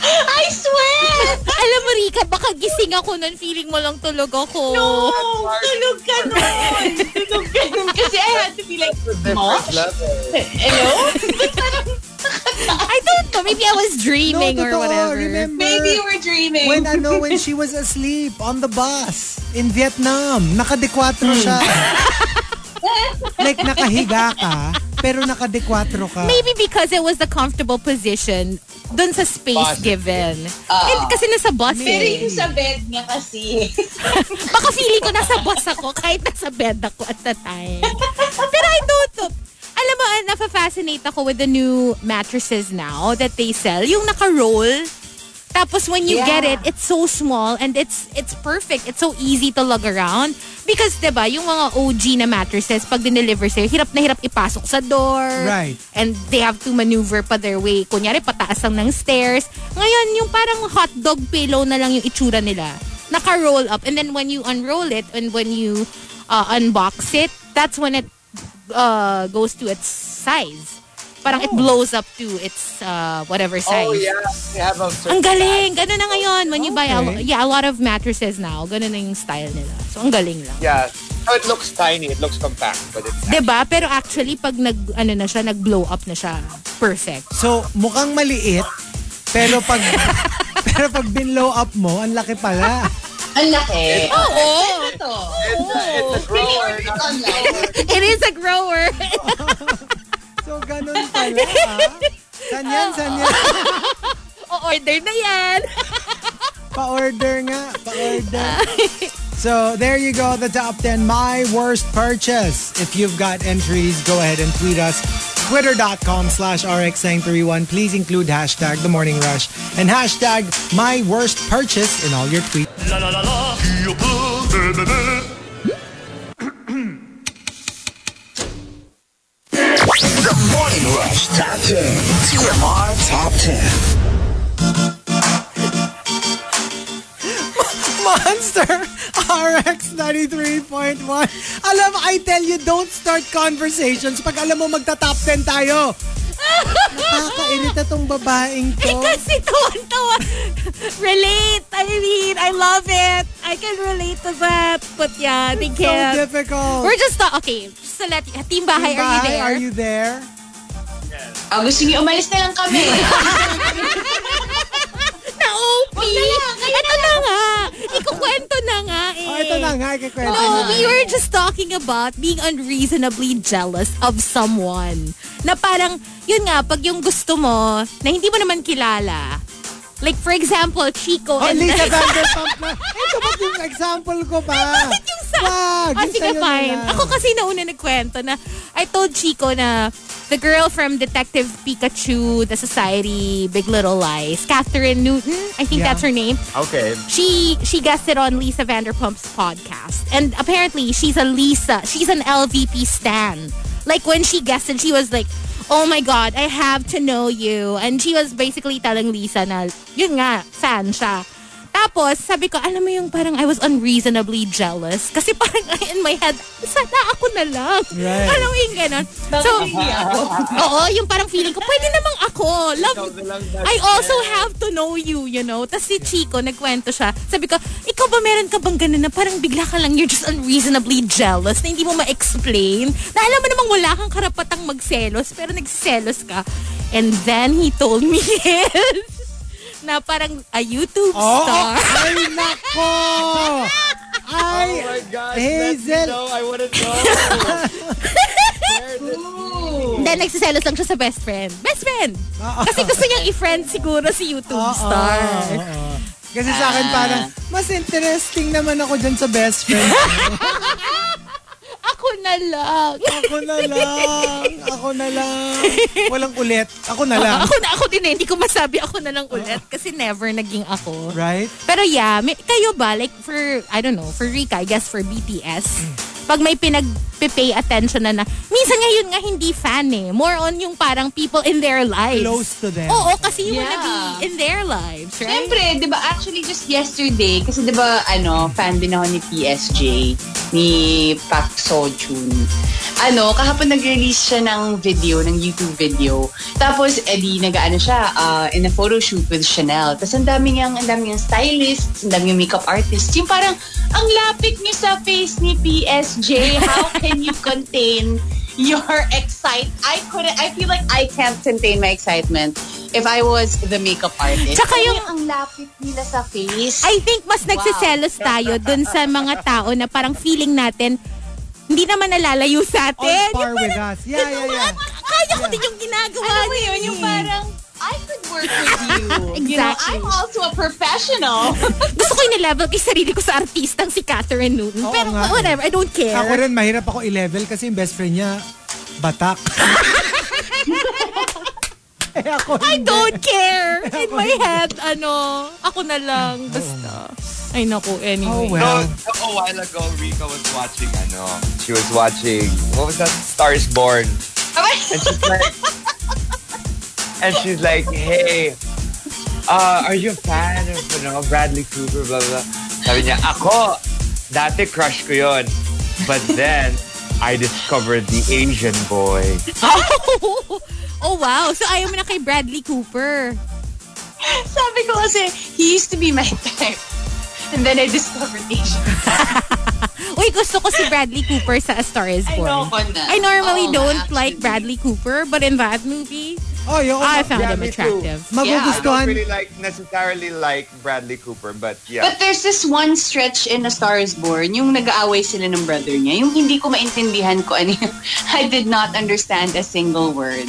I swear!
Alam mo, Rika, baka gising ako nun, feeling mo lang tulog ako.
No! Tulog ka nun! Tulog ka nun. Kasi I had to be like, Mosh? Hello?
I don't know. Maybe I was
No,
dreaming or
totoo,
whatever.
remember.
Maybe you were dreaming.
When ano, when she was asleep on the bus in Vietnam, naka-dequatro siya. like, nakahiga ka, pero naka-dequatro ka.
Maybe because it was the comfortable position dun sa space
Bus.
given.
Ah.
And kasi nasa bus
Pero
eh.
yung sa bed niya kasi.
Baka feeling ko nasa bus ako kahit nasa bed ako at the time. Pero I don't know. Alam mo, ah, nafa-fascinate ako with the new mattresses now that they sell. Yung naka-roll. Tapos when you
Yeah.
get it, it's so small and it's it's perfect. It's so easy to lug around. Because, 'di ba yung mga OG na mattresses, pag dineliver sa'yo, hirap na hirap ipasok sa door.
Right.
And they have to maneuver pa their way. Kunyari, pataas lang ng stairs. Ngayon, yung parang hot dog pillow na lang yung itsura nila. Naka-roll up. And then when you unroll it and when you uh, unbox it, that's when it uh, goes to its size. parang it blows up to its uh, whatever size.
Oh, yeah. They have a
Ang
certain
galing! Ganun na ngayon. When you buy, a,
Okay.
yeah, a lot of mattresses now, ganun na yung style nila. So, ang galing lang.
Yeah. So it looks tiny. It looks compact, but it's
'Di ba? Diba? Pero actually, pag nag, ano na siya, nag-blow up na siya, perfect.
So, mukhang maliit, pero pag pero pag binlow up mo, ang laki pala.
Ang laki. Oh,
Oo!
Ito.
it's a grower.
It's online.
It is a grower.
So, ganun pala. ah. San yan, san yan?
O-order na yan.
Pa-order nga, pa-order. So, there you go, the top 10 my worst purchase. If you've got entries, go ahead and tweet us. Twitter.com slash RX931. Please include hashtag The Morning Rush and hashtag My Worst Purchase in all your tweets.
La la la la. Qui peut bébé?
The Morning Rush Top 10. TMR Top 10.
Monster RX 93.1. Alam, I tell you, don't start conversations pag alam mo magta-top 10 tayo. Nakakairita tong babaeng
Eh,
to.
kasi tuwan-tuwa. Relate. I mean, I love it. I can relate to that. But yeah, they
So
can't.
difficult.
We're just, ta- okay, just to let, Team Bahay, are you
Bye,
there?
Are you there?
Ah, gusto niyo, umalis na lang kami.
Na-OP. Ito na nga. Ikukwento na nga eh.
Oh, ito na nga, ikikwento
No,
na.
we were just talking about being unreasonably jealous of someone. Na parang, yun nga, pag yung gusto mo, na hindi mo naman kilala. Like, for example, Chico
Oh,
and...
Lisa Vanderpump na. Eh, dapat yung example ko pa.
Bakit yung sa...
Wag,
Ah,
yung
sige,
sa'yo na
fine.
lang.
Ako kasi nauna nagkwento na I told Chico na the girl from Detective Pikachu, The Society, Big Little Lies, Catherine Newton, I think
Yeah.
that's her name,
Okay.
she she guested on Lisa Vanderpump's podcast. And apparently she's a Lisa. She's an LVP stan. Like when she guested, she was like, "Oh my god, I have to know you." And she was basically telling Lisa na, "Yun nga, fan siya." Tapos, sabi ko, alam mo yung parang I was unreasonably jealous. Kasi parang in my head, sana ako na lang.
Right.
Alam mo yung ganon. So, oo, yung parang feeling ko, pwede namang ako. Love, I also have to know you, you know? Tapos si Chico, nagkwento siya. Sabi ko, ikaw ba meron ka bang ganun na parang bigla ka lang, you're just unreasonably jealous na hindi mo ma-explain? Na alam mo namang wala kang karapatang magselos, pero nagselos ka. And then he told me yes. Na parang a YouTube
Oh,
star.
ay, nako. Ay,
Oh my God.
Hazel.
No, I wouldn't know.
Then nagsiselos lang siya sa best friend. Best friend! Kasi gusto niyang i-friend siguro si YouTube star.
Oo. Kasi sa akin parang, mas interesting naman ako dyan sa best friend.
Ako na lang.
Ako na lang. Ako na lang. Walang ulit. Ako na lang.
ako na, ako din eh. Hindi ko masabi ako na lang ulit kasi never naging ako.
Right?
Pero yeah, may, kayo ba, like for, I don't know, for Rika, I guess for BTS, pag may pinag-pay attention na na, minsan nga yun nga hindi fan eh. More on yung parang people in their lives.
Close to them.
Oh,
Oo, kasi you wanna
Yeah.
be in their lives, right?
Siyempre, di ba, actually, just yesterday, kasi di ba, ano, fan din ako ni PSJ, ni Pak Sojun. Ano, kahapon nag-release siya ng video, ng YouTube video. Tapos, edi, nag-ano siya, ah, in a photo shoot with Chanel. Tapos, ang dami niyang, ang dami niyang stylists, ang dami niyang makeup artists. Yung parang, ang lapit niyo sa face ni PSJ. How can you contain your excite? I couldn't, I feel like I can't contain my excitement if I was the makeup artist.
Tsaka
Ano
yung-
ang lapit nila sa face.
I think mas nagsiselos tayo dun sa mga tao na parang feeling natin hindi naman nalalayo sa
On
atin.
par with us. Yeah, yeah, yeah.
Kaya ko din yung ginagawa
alam mo
niya
yun,
eh.
yung parang, I could work with you. You know,
Exactly.
I'm also a professional.
Gusto ko i-level ko yung sarili ko sa artistang si Catherine Newton.
Oo
Pero
nga.
whatever, I don't care.
Ako rin, mahirap ako i-level kasi yung best friend niya, batak. eh ako
I
hindi.
don't care. In my head, ano, ako na lang. Basta. Ay, naku,
Oh,
anyway.
No,
well.
a while ago, Rika was watching, I know. She was watching, what was that? Stars Born. And she's like, and she's like hey, uh, are you a fan of you know, Bradley Cooper, blah, blah, blah. Sabi niya, ako, dati crush ko yun. But then, I discovered the Asian boy.
Oh, Oh, wow. So, ayaw mo na kay Bradley Cooper.
Sabi ko kasi, he used to be my type. And then I discovered Asian.
Uy, gusto ko si Bradley Cooper sa A Star Is
I
Born.
know ko na.
I normally
Oo nga,
don't like
actually.
Bradley Cooper, but in that movie,
Oh, yung
I
Ah,
found him
me too.
attractive.
I don't
magugustuhan.
really like necessarily like Bradley Cooper, but yeah.
But there's this one stretch in A Star is Born, yung nag-aaway sila ng brother niya. Yung hindi ko maintindihan ko ano yung- I did not understand a single word.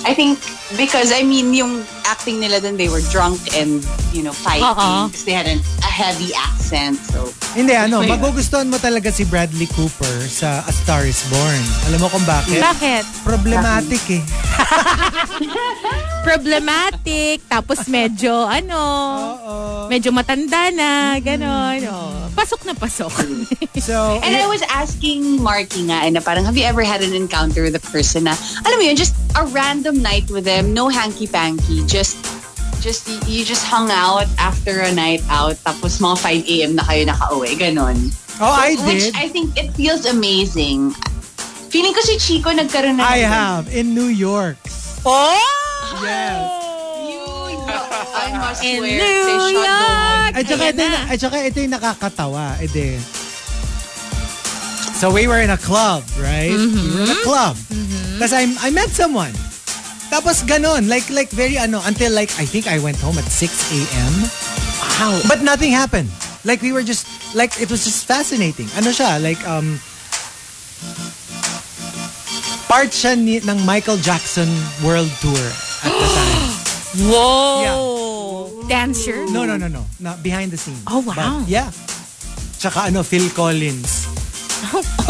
I think because, I mean, yung acting nila dun, they were drunk and, you know, fighting.
Oo.
'cause they had an, a heavy accent, so...
Hindi, ano,
Wait.
magugustuhan mo talaga si Bradley Cooper sa A Star is Born. Alam mo kung bakit?
Bakit?
Problematic eh.
Problematic, tapos medyo, ano,
Oo. Mm-hmm.
medyo matanda na, gano'n. Oh. Pasok na pasok.
So,
And I was asking Marky nga, eh, na parang, have you ever had an encounter with a person na, alam mo yun, just a random night with them, no hanky-panky, just, just, y- you just hung out after a night out, tapos mga 5 a.m. na kayo nakauwi, ganon.
oh, I
Which
did.
I think it feels amazing. Feeling ko si Chico nagkaroon na.
I have in New York.
oh!
Yes.
You, I must
In
swear,
New
they shot the
York!
At saka,
Ayan
ito, yung-
na.
at saka ito yung nakakatawa. Ede. So we were in a club, right? We were in a club. Because I met someone. Tapos ganun, like like very ano, until like I think I went home at 6 a.m. Wow. But nothing happened. Like we were just like it was just fascinating. Ano siya? Like um part siya ni, ng Michael Jackson World Tour at the time.
Whoa! Dancer?
No, no, no, no. Na, behind the scenes.
Oh, wow.
But, yeah. Tsaka ano, Phil Collins.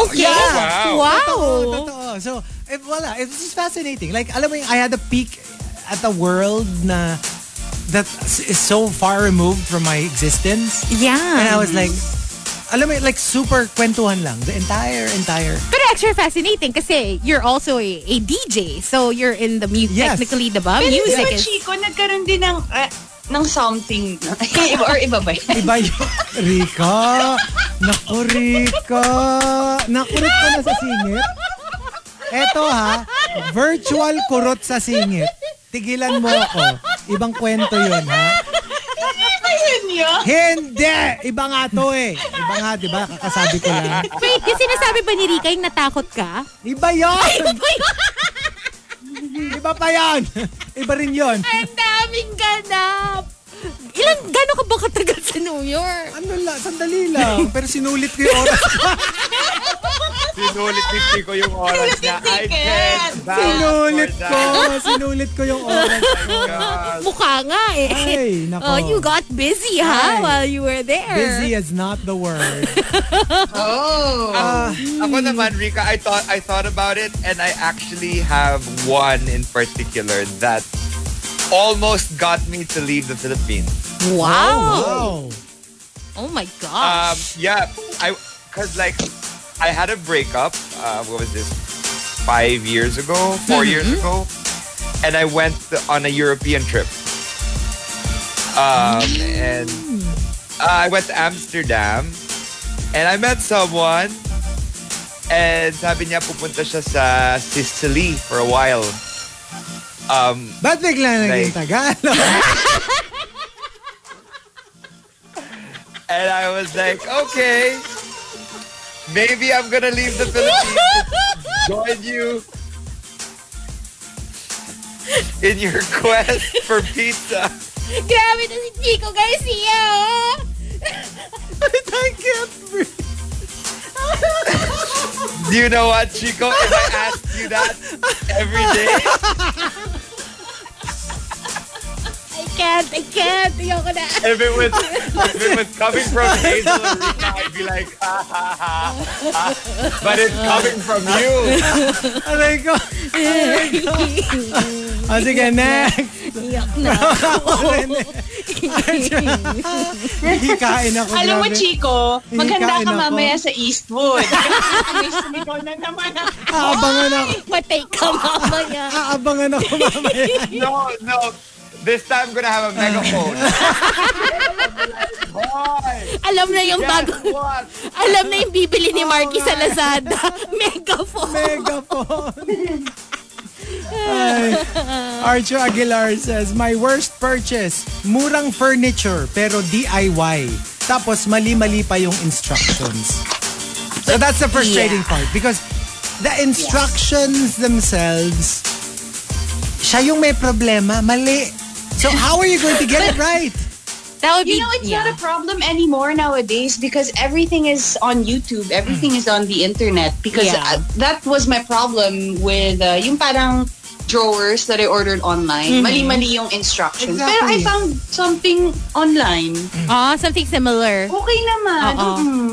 Okay.
Yeah.
Wow!
Totoo, totoo. So, eh, wala. It was just fascinating. Like, alam mo yung, I had a peek at the world na that s- is so far removed from my existence. And I
Yeah.
was like, alam mo, yun, like super kwentuhan lang. The entire, entire.
Pero extra fascinating kasi you're also a, a DJ. So you're in the music,
Yes.
technically, the ba?
Pero di
Music
ba,
is...
Chico, nagkaroon din ng, ah, ng something. iba, or iba ba yun?
Iba yung, Rika! Naku, Rika! Nakurot ka na sa singit. Eto ha, virtual kurot sa singit. Tigilan mo ako. Ibang kwento yun ha.
Ayun yun.
Hindi! Iba nga to eh. Iba nga, di ba? Kakasabi ko lang.
Wait, yung sinasabi ba ni Rika yung natakot ka?
Iba yon. Iba pa yon. Iba rin yon.
Ang daming ganap! Ilan, gano'n ka ba katagal sa New York?
Ano lang, sandali lang. Pero sinulit ko yung oras.
Sinulit ni Chico yung oras niya. I can't vouch for
Sinulit ko.
that.
Sinulit ko yung oras.
Oh my God.
Mukha nga eh.
Ay, nako.
Oh, you got busy
Ay.
ha while you were there.
Busy is not the word.
Oh.
Ako naman, Rika, I thought I thought about it and I actually have one in particular that almost got me to leave the Philippines.
Wow.
Oh, wow.
Oh my
Um,
gosh.
yeah, I cuz like I had a breakup, uh, what was this? 5 years ago, 4 years ago. And I went on a European trip. Um, and uh, I went to Amsterdam and I met someone and sabi niya pupunta siya sa Sicily for a while. Um,
Ba't bigla naging Tagalog?
and I was like, okay, maybe I'm gonna leave the Philippines to join you in your quest for pizza.
Grabe na si Chico Garcia. oh.
I can't breathe.
Do you know what, Chico? If I asked you that every day,
I can't, I can't. Ayoko na.
if it was if it was coming from Hazel and Rita, I'd be like, ah, ha, ha, ha. but it's coming from you.
Aray ko. O sige, next.
Iyak na.
Hikain ako.
Alam mo,
grabe.
Chico, maghanda
Hinikain
ka
ako.
mamaya sa Eastwood. May sumigaw na naman ako.
Aabangan ako.
Matay ka mamaya.
Aabangan ako mamaya.
No, no. This time I'm gonna have a megaphone. Boy,
Alam na yung bago.
guess what?
Alam na yung bibili ni Marky sa Lazada. Megaphone.
Megaphone. Archo Aguilar says, My worst purchase, murang furniture pero DIY. Tapos mali-mali pa yung instructions. So that's the frustrating part because the instructions themselves, siya yung may problema, mali. So how are you going to get it right?
That would be,
You know, it's
yeah.
not a problem anymore nowadays because everything is on YouTube. Everything is on the internet. Because
Yeah.
uh, that was my problem with uh, yung parang drawers that I ordered online. Mali-mali yung instructions. Pero I
Exactly.
found something online.
Ah, something similar.
Okay naman. Mm-hmm.
Oo.
Mm-mm.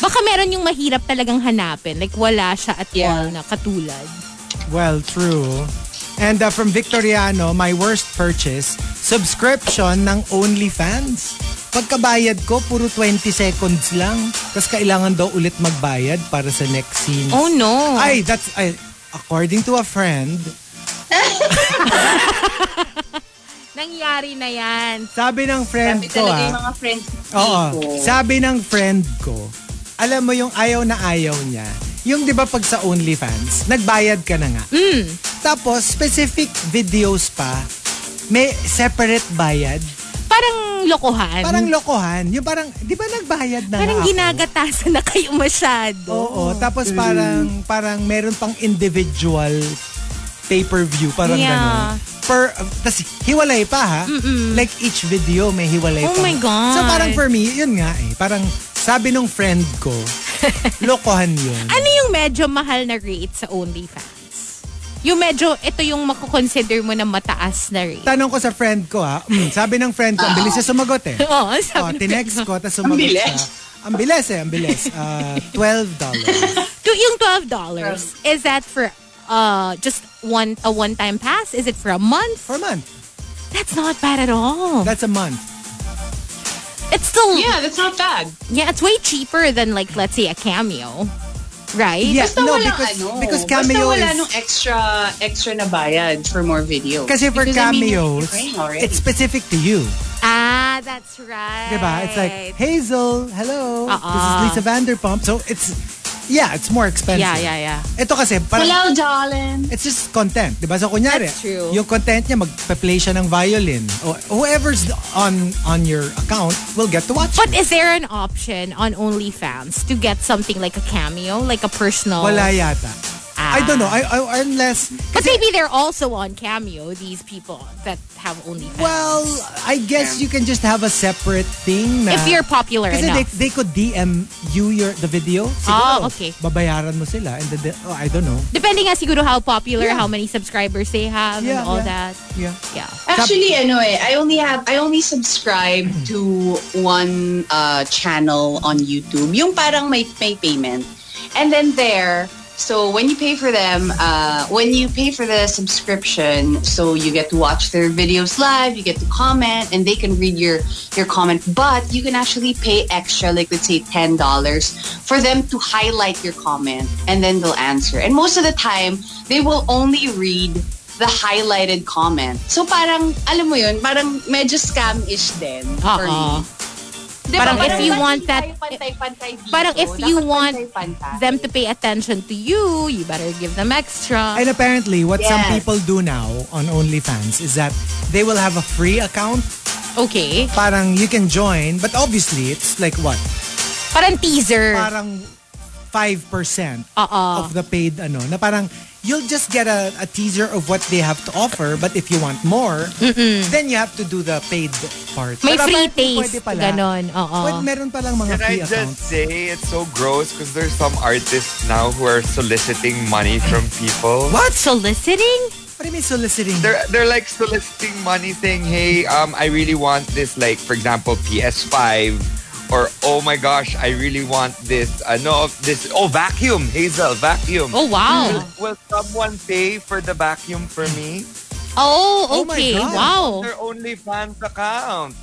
Baka meron yung mahirap talagang hanapin. Like, wala siya at
Yeah.
all na katulad.
Well, true. And uh, from Victoriano, my worst purchase, subscription ng OnlyFans. Pagkabayad ko, puro 20 seconds lang. Tapos kailangan daw ulit magbayad para sa next scene.
Oh, no.
Ay, that's... Ay, according to a friend,
Nangyari na yan.
sabi ng friend
Sabi
ko
talaga yung
ah.
mga friends
Oo.
ko.
Sabi ng friend ko, alam mo yung ayaw na ayaw niya. Yung di ba pag sa OnlyFans, nagbayad ka na nga. Tapos, specific videos pa, may separate bayad.
Parang lokohan.
Parang lokohan. Yung parang, di ba nagbayad na nga
Parang
ako?
ginagatasan na kayo masyado.
Oo. Tapos parang, parang meron pang individual pay-per-view. Parang
Yeah.
ganun. Per, tas hiwalay pa ha. Like each video may hiwalay
Oh
pa.
my God.
So parang for me, yun nga eh. Parang sabi nung friend ko, lokohan yun.
Ano yung medyo mahal na rate sa OnlyFans? Yung medyo, ito yung makukonsider mo na mataas na rate.
Tanong ko sa friend ko ha. Mm, sabi ng friend ko, ang bilis siya sumagot eh.
Oo,
Oh,
sabi ng-
tinext ko, tapos sumagot
bilis.
siya. Ang bilis eh, ang bilis. Ah, $12.
To- yung $12, is that for uh, just one a one-time pass? Is it for a month?
For a month.
That's not bad at all.
That's a month.
It's still, yeah.
Yeah, that's not bad.
it's way cheaper than like, let's say, a cameo. Right?
Yeah,
Basta
no,
wala
because,
ano.
because cameo
Basta wala
is...
nung extra, extra na bayad for more videos.
Kasi for
Because, I mean, you're
cameos,
paying already.
it's specific to you.
Ah, that's right.
Diba? It's like, Hazel, hello, this is
Uh-uh.
Lisa Vanderpump. So it's, yeah, it's more expensive.
Yeah, yeah, yeah.
Ito kasi, parang,
Hello, darling.
it's just content. Diba? So kunyari,
That's true.
yung content niya, magpa-play siya ng violin. O whoever's on on your account will get to watch
But
it.
is there an option on OnlyFans to get something like a cameo, like a personal?
Wala yata.
Ah.
I don't know. I, I, unless,
But maybe they're also on Cameo. These people that have OnlyFans.
well, I guess you can just have a separate thing na...
if you're popular
Kasi
enough.
they, they could DM you your the video.
Ah,
Siguro,
okay.
Babayaran mo sila. And then, oh, I don't know.
Depending nga siguro how popular,
Yeah.
how many subscribers they have,
Yeah,
and all
yeah.
that.
Yeah.
Yeah.
Actually, ano eh, I only have, I only subscribe to one uh, channel on YouTube. Yung parang may, may payment. And then there, so when you pay for them, uh, when you pay for the subscription, so you get to watch their videos live, you get to comment, and they can read your, your comment. But you can actually pay extra, like let's say $10, for them to highlight your comment, and then they'll answer. And most of the time, they will only read the highlighted comment. So parang, alam mo yun, parang medyo scam-ish din for
Uh-uh.
me. Diba?
Parang if you want that-
tayo pantay-pantay dito.
Parang if
Dapat
you want
pantay-pantay.
Them to pay attention to you, you better give them extra.
And apparently, what some
Yes.
people do now on OnlyFans is that they will have a free account.
Okay.
Parang you can join. But obviously, it's like what?
Parang teaser.
Parang 5%
Uh-uh.
of the paid ano. Na parang you'll just get a, a teaser of what they have to offer. But if you want more, then you have to do the paid part.
May
Pero
free
apparently,
taste.
pwede pala.
Ganon.
But
Oo.
meron palang mga
Can I
free
just
accounts.
say it's so gross because there's some artists now who are soliciting money from people.
What? Soliciting?
What do you mean soliciting?
They're they're like soliciting money, saying, "Hey, um, I really want this." Like for example, PS5, or "Oh my gosh, I really want this." Uh, no, this oh vacuum, Hazel vacuum.
Oh, wow.
Will someone pay for the vacuum for me?
Oh,
Oh my
okay.
God.
wow.
Their OnlyFans account.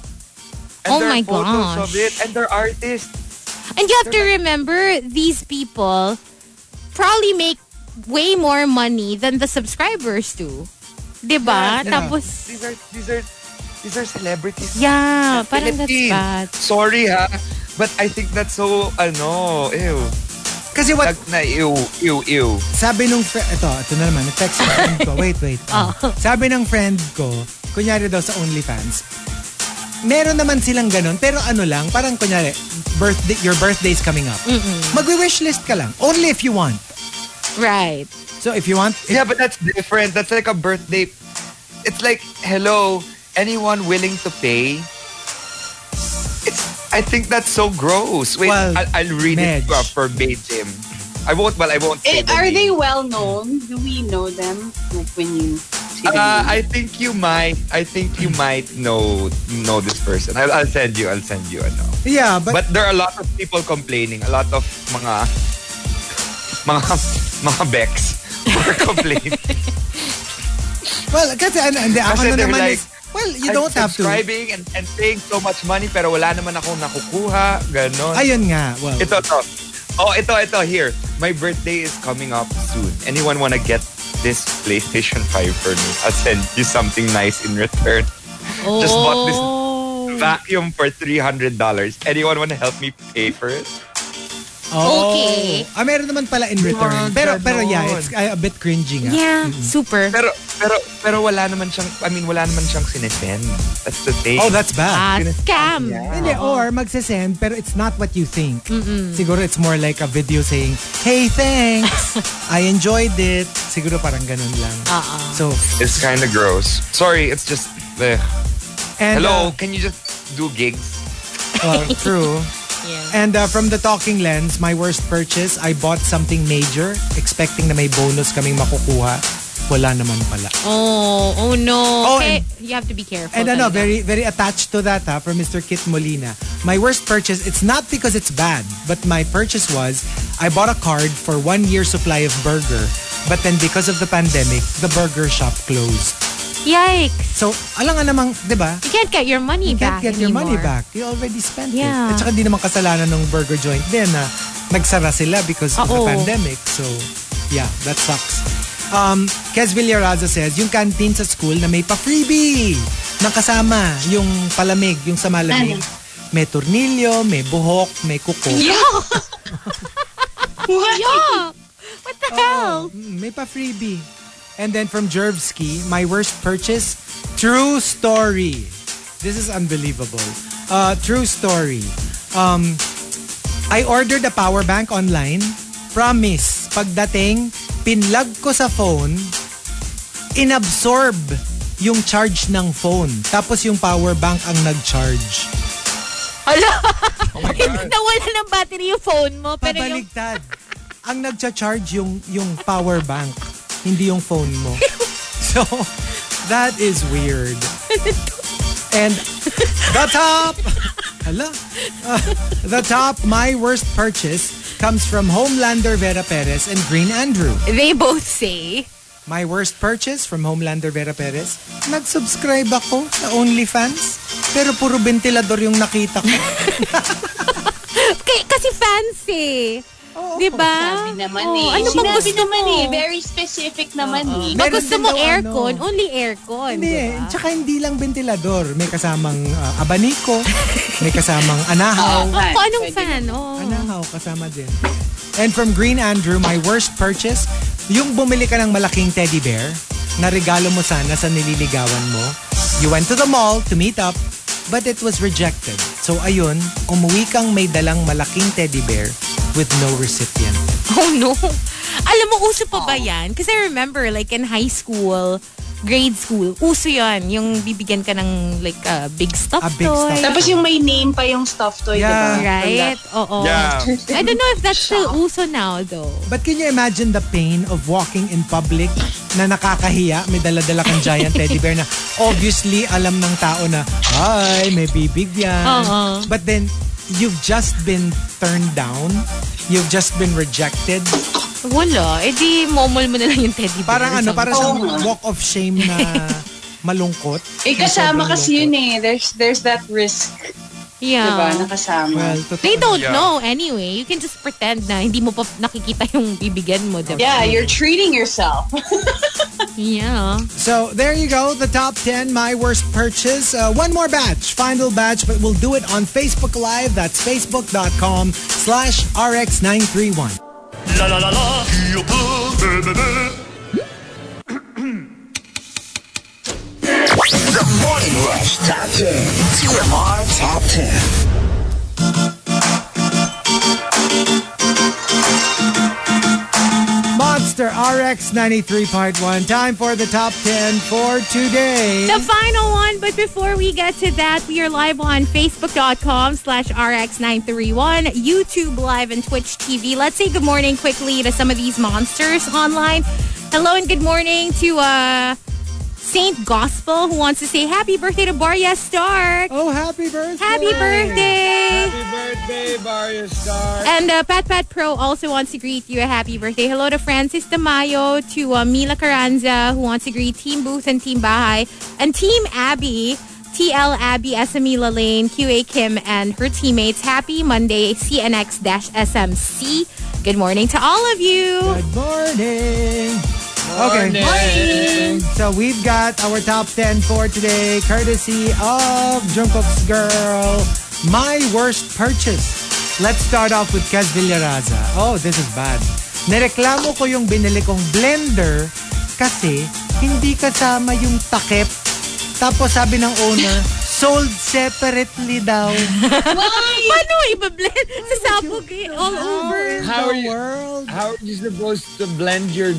Oh
And there
my
are photos
gosh.
of it, and they're artists.
And you have to remember, these people probably make way more money than the subscribers do. Diba?
Yeah.
Tapos,
These are these are these are
Ah,
celebrities.
yeah, parang that's
Philippines.
bad.
Sorry ha, but I think that's so ano, ew.
Kasi what,
Like, na, ew, ew, ew.
sabi nung friend, ito, ito na naman, nag-text yung friend ko. Wait, wait.
Oh.
Um, Sabi ng friend ko, kunyari daw sa OnlyFans, meron naman silang ganun, pero ano lang, parang kunyari, birthday, your birthday's coming up. Magwi-wish list ka lang. Only if you want.
Right.
So if you want,
Yeah, but that's different. That's like a birthday. It's like, hello, anyone willing to pay? It's, I think that's so gross. Wait,
Well,
I'll, I'll read it
Medj.
uh, verbatim. I won't, well, I won't
Eh,
say the
are they
name.
well known? Do we know them? Like when you see them?
Uh, I think you might. I think you might know know this person. I'll, I'll send you. I'll send you. I know.
yeah,
But,
but,
there are a lot of people complaining. A lot of mga mga mga backs were complaining.
well, kasi ano, hindi, ako
Kasi
na
they're
naman
like,
is, well, you don't
I'm
have to.
subscribing and, and paying so much money pero wala naman akong nakukuha. Ganon.
Ayun nga, well,
Ito, ito. Oh, ito, ito. Here. My birthday is coming up soon. Anyone wanna get this PlayStation 5 for me? I'll send you something nice in return. Just bought this
Oh.
Oh.
vacuum for $300. Anyone wanna help me pay for it?
oh,
Okay.
Ah, meron naman pala in return.
Mga
Pero, pero yeah,
ganon.
it's uh, a bit cringy nga.
Yeah, super.
Pero, pero, pero wala naman siyang, I mean, wala naman siyang sinesend. That's the thing.
Oh, that's bad.
Ah, scam.
Hindi, oh. or magsasend, pero it's not what you think. Siguro it's more like a video saying, Hey, thanks! I enjoyed it. Siguro parang ganun lang. So,
It's kind of gross. Sorry, it's just, eh.
and,
hello,
uh,
can you just do gigs?
well, true. And uh, from the talking lens, my worst purchase, I bought something major, expecting na may bonus kaming makukuha. Wala naman pala.
Oh, oh no.
Oh,
okay,
and-
you have to be careful.
And ano,
talaga.
very very attached to that ha, from Mr. Kit Molina. My worst purchase, it's not because it's bad, but my purchase was I bought a card for one year supply of burger. But then because of the pandemic, the burger shop closed.
Yikes.
So, alam nga namang, di ba?
You can't get your money
You can't
back
get your money back.
anymore.
You already spent
Yeah.
it. At saka di naman kasalanan ng burger joint din na nagsara sila because of the
Oo.
pandemic. So, yeah, that sucks. Um, Kes Villaraza says, yung canteen sa school na may pa-freebie na kasama yung palamig, yung sa malamig.
Ano?
May tornilyo, may buhok, may kuko.
What?
Yuck. What the hell?
Mm, May pa freebie. And then from Jervsky, my worst purchase, true story. This is unbelievable. Uh, true story. Um, I ordered a power bank online. Promise, pagdating, pinlog ko sa phone, inabsorb yung charge ng phone. Tapos yung power bank ang nag-charge.
Ala. Nawala ng battery yung phone mo. Pero yung...
Pabaligtad. ang nagcha-charge yung yung power bank, hindi yung phone mo. so, that is weird. And the top, hala, Uh, the top, my worst purchase comes from Homelander Vera Perez and Green Andrew.
They both say,
My worst purchase from Homelander Vera Perez, nag-subscribe ako sa OnlyFans, pero puro ventilador yung nakita ko.
K- kasi fancy.
Oo.
Di ba?
Sabi naman
Oo,
eh.
Ano bang
Sinabi
gusto
naman
mo?
eh. Very specific naman eh.
Pag
Meron
gusto
din
mo
daw
aircon,
ano.
only aircon.
Hindi eh.
diba?
Tsaka hindi lang ventilador. May kasamang ah, abaniko. may kasamang anahaw.
Fan.
Ah, Kung anong
Pwede
fan, oh. oo.
Anahaw kasama din. And from Green Andrew, my worst purchase, yung bumili ka ng malaking teddy bear na regalo mo sana sa nililigawan mo. You went to the mall to meet up, but it was rejected. So ayun, umuwi kang may dalang malaking teddy bear with no recipient.
Oh no. Alam mo, uso pa ba yan? Kasi I remember, like in high school, grade school, uso yan. Yung bibigyan ka ng like a big stuffed
A big
toy.
stuffed
Tapos yung may name pa yung stuff toy,
Yeah.
diba?
Right? Oo.
Yeah.
I don't know if that's still uso now though.
But can you imagine the pain of walking in public na nakakahiya? May daladala kang giant teddy bear na obviously alam ng tao na, hi, may bibig yan.
Oo.
But then, you've just been turned down. You've just been rejected.
Wala. E di, momol mo na lang yung teddy bear.
Parang ano, parang
Oo.
siyang walk of shame na malungkot.
Eh, kasama kasi yun eh. There's, there's that risk, diba?
Yeah.
Nakasama.
Well, totoo.
They don't
Yeah.
know anyway. You can just pretend na hindi mo pa nakikita yung bibigyan mo, diba?
yeah, you're treating yourself.
Yeah.
So there you go, the top 10 my worst purchase. Uh, one more batch, final batch, but we'll do it on Facebook Live. That's facebook.com slash rx931.
La la la la, qui a peur de bébé
The Morning Rush Top 10. TMR Top 10.
Monster RX 93.1. Time for the top 10 for today.
The final one, but before we get to that, we are live on Facebook.com slash RX931, YouTube Live, and Twitch TV. Let's say good morning quickly to some of these monsters online. Hello and good morning to uh, Saint Gospel, who wants to say happy birthday to Barya Stark.
Oh, happy birthday.
Happy birthday!
Happy birthday, Barya Star.
And uh, Pat Pat Pro also wants to greet you a happy birthday. Hello to Francis Tamayo, to uh, Mila Carranza, who wants to greet Team Booth and Team Bahay, and Team Abby, TL Abby, E SME Lane, QA Kim, and her teammates. Happy Monday, CNX SMC. Good morning to all of you.
Good morning. Okay. So we've got our top 10 for today, courtesy of Jungkook's Girl, My Worst Purchase. Let's start off with Kaz Villaraza. Oh, this is bad. Nireklamo ko yung binili kong blender kasi hindi kasama yung takip. Tapos sabi ng owner, sold separately daw.
Paano iba-blend? Sasabog eh, all over.
How the world?
How are you supposed to blend your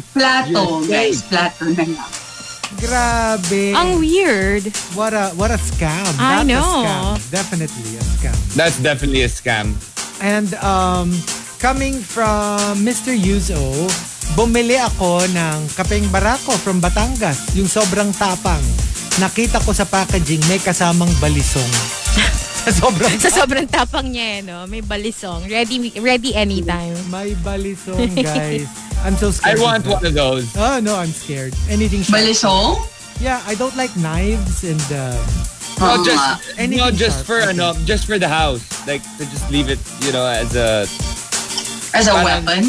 You're
Plato, guys. Plato na lang.
Grabe.
Ang weird.
What a what a scam. Not
I
a
know.
scam. Definitely a scam.
That's definitely a scam.
And um, coming from Mr. Yuzo, bumili ako ng kapeng barako from Batangas, yung sobrang tapang. Nakita ko sa packaging may kasamang balisong. sobrang
Sa sobrang tapang niya eh, no? May balisong. Ready, ready anytime.
may balisong, guys. I'm so
I
scared.
want one of those.
Oh no, I'm scared. Anything sharp.
Balisong?
Yeah, I don't like knives and uh,
Not
nga.
just,
Anything
not just
sharp,
for
okay.
ano, just for the house. Like to just leave it, you know, as a
As a
Parang-
weapon?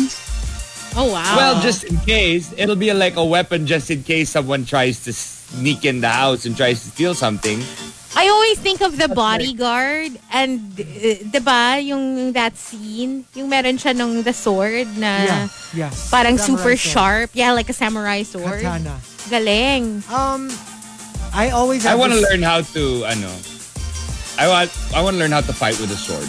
Oh, wow.
well, just in case. It'll be like a weapon, just in case someone tries to sneak in the house and tries to steal something.
I always think of the bodyguard and uh, 'di ba yung that scene yung meron siya nung the sword na
yeah, yeah.
Uh, parang
Samurai
super
sword.
sharp yeah like a samurai sword
Katana.
galing
Um, I always.
I
have
want to
this-
learn how to, I know. I want, I want to learn how to fight with a sword.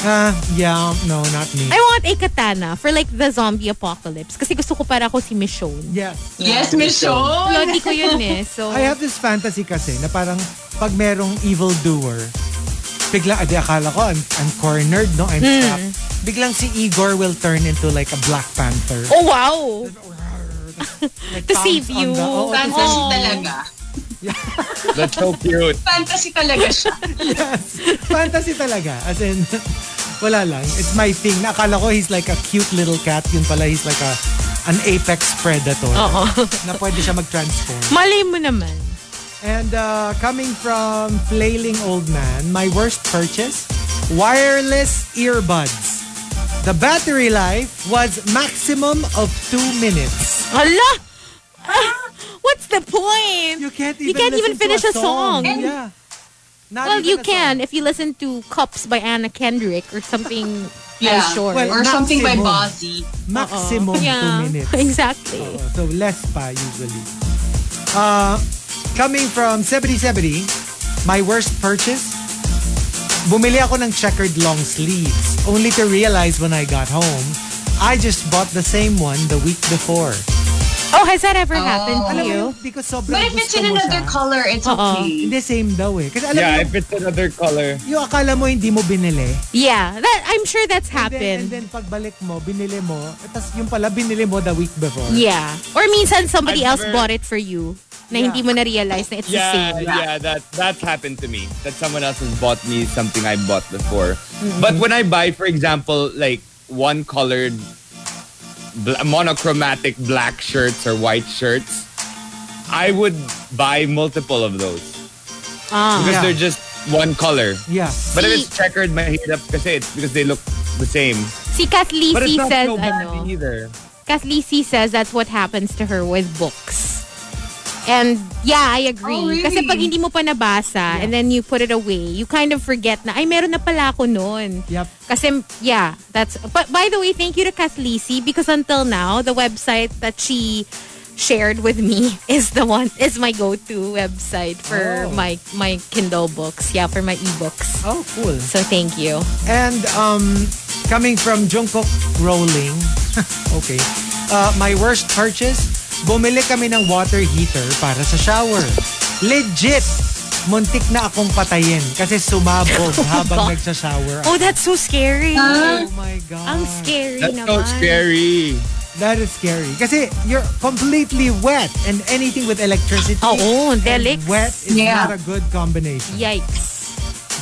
Uh, yeah, no, not me.
I want a katana for like the zombie apocalypse kasi gusto ko para ako si Michonne
yes.
Yes, Michelle.
Lodi ko yun eh so
I have this fantasy kasi na parang pag merong evildoer, bigla, adi akala ko, I'm, I'm cornered, no? I'm
Hmm.
trapped. Biglang si Igor will turn into like a Black Panther.
oh wow
Like,
to
thumbs
save
on
you.
the- oo,
Fan-
Fantasy
Oh.
talaga.
That's so cute.
Fantasy talaga siya.
fantasy talaga. As in, wala lang. It's my thing. Nakala ko he's like a cute little cat. Yun pala, he's like a an apex predator
oo
na pwede siya mag-transform.
malay mo naman
And uh, coming from Flailing Old Man, my worst purchase, wireless earbuds. The battery life was maximum of two minutes.
hala Ah, what's the point
You can't even,
You can't even
listen to
finish a song. And-
Yeah. Not
well
even
you
a
can
song.
if you listen to Cups by Anna Kendrick or something
Yeah.
I'm sure
Well,
Or something by
Maximum.
Bozzy.
Maximum two
yeah,
minutes.
Exactly.
Oo, so less pa usually. Uh, coming from 7070, my worst purchase, bumili ako ng checkered long sleeves only to realize when I got home, I just bought the same one the week before.
Oh, has that ever happened to
Alam mo
you?
yun, because sobrang
But if it's
gusto
in
mo
another
siya,
color, it's
Uh-uh.
okay.
Hindi, same daw eh. Kasi alam mo,
Yeah,
yung,
if it's another color.
yung akala mo hindi mo binili.
Yeah, that I'm sure that's
And then, and
happened.
then pagbalik mo, binili mo. Tapos yung pala, binili mo the week before.
yeah. Or minsan somebody
I've
else
never-
bought it for you na
Yeah.
hindi mo na-realize na it's the
Yeah,
same.
yeah, that that's happened to me. That someone else has bought me something I bought before. But when I buy, for example, like one colored, bl- monochromatic black shirts or white shirts, I would buy multiple of those
Ah.
because
Yeah.
they're just one color.
Yeah.
But if
See-
it's checkered, my head up kasi it's because they look the same.
Si Kath Lee
But
C
it's not
says,
so bad
ano,
either.
Kath Lee C says that's what happens to her with books. And yeah, I agree.
Oh, really?
Kasi pag hindi mo pa nabasa and then you put it away, you kind of forget na, ay, meron na pala ako noon.
Yep.
Kasi, yeah, that's... But by the way, thank you to Kathlisi because until now, the website that she shared with me is the one is my go-to website
Oh.
for my my Kindle books. Yeah, for my ebooks.
Oh, cool.
So thank you.
And um, coming from Jungkook Rolling, okay, uh, my worst purchase, bumili kami ng water heater para sa shower. Legit! Muntik na akong patayin kasi sumabog
Ano
habang nagsashower ako.
Oh, that's so scary.
Oh my God.
Ang scary
That's so
naman.
scary.
That is scary. Kasi you're completely wet and anything with electricity
Ah, Oo,
and
delik.
wet is
Yeah.
not a good combination.
Yikes.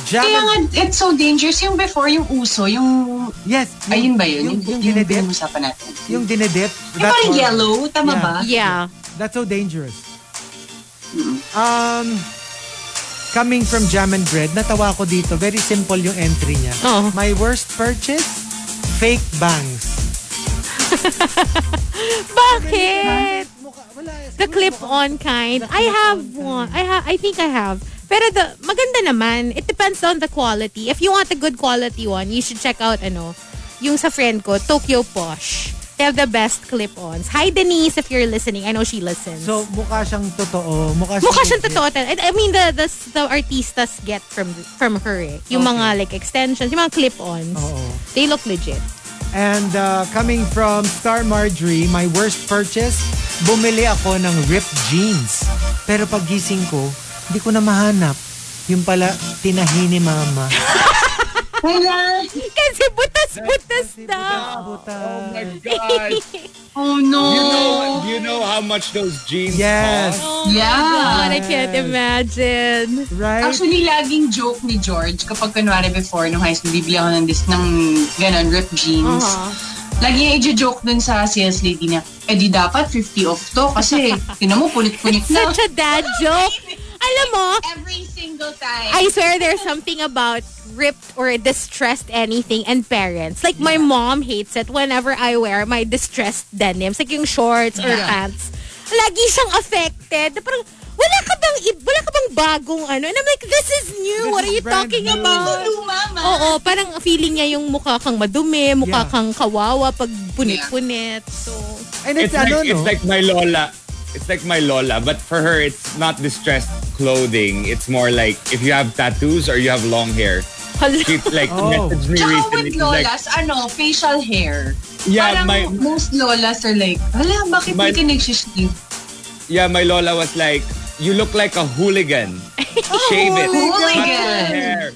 Jam
Kaya nga,
and-
it's so dangerous. Yung before, yung uso, yung...
yes.
Ayun ba yun? Yung, yung, yung,
dinidip.
pinag-usapan natin.
Yung dinidip.
Yung parang
horrible.
yellow, tama
Yeah.
ba?
Yeah.
That's so dangerous. Um, coming from Jam and Bread, natawa ko dito. Very simple yung entry niya.
Oh.
My worst purchase, fake bangs.
Bakit?
Mukha, wala.
The clip-on kind. I have one. I ha I think I have. Pero the maganda naman. It depends on the quality. If you want a good quality one, you should check out ano, yung sa friend ko, Tokyo Posh. They have the best clip-ons. Hi Denise if you're listening. I know she listens.
So, mukha siyang totoo. Mukha,
Mukha siyang
legit.
totoo. tal- I I mean, the, the, the artistas get from from her eh. Yung
Okay.
mga like extensions, yung mga clip-ons.
Oo.
They look legit.
And uh, coming from Star Marjorie, my worst purchase, bumili ako ng ripped jeans. Pero pagising ko, hindi ko na mahanap. Yung pala, tinahi ni mama.
Wala.
Kasi butas-butas daw.
Butas.
Oh my god.
Oh, no.
You know, you know how much those jeans
Yes.
cost?
Oh my
Yeah.
God, I can't imagine.
Right?
Actually, laging joke ni George kapag kunwari before nung high school, bibili ako ng this, ng ganun, ripped jeans.
Uh-huh.
Lagi niya i-joke dun sa sales lady na, eh di dapat 50 off to kasi tinan mo, pulit-pulit na.
Such a dad joke. Alam mo,
Every single time.
I swear there's something about ripped or distressed anything and parents. Like my mom hates it whenever I wear my distressed denims. Like yung shorts or pants. Lagi siyang affected. Na Parang, wala ka bang, i- wala ka bang bagong ano? And I'm like, this is new.
This
What
is
are you
brand
talking
new.
about?
mama.
Oo, parang feeling niya yung mukha kang madumi, mukha
Yeah.
kang kawawa pag punit-punit. So,
And
It's,
it's,
like,
ano,
it's
no?
like my Lola. It's like my Lola, but for her, it's not distressed clothing. It's more like if you have tattoos or you have long hair.
hala.
She like
Oh.
messaged me
Tsaka with
recently. she's like,
lolas, ano, facial hair.
yeah,
Parang
my
most lolas are like, hala, bakit
My- Oh
hindi ka nagsishave?
yeah, my Lola was like, you look like a hooligan. Shave it.
hooligan.
Cut your hair.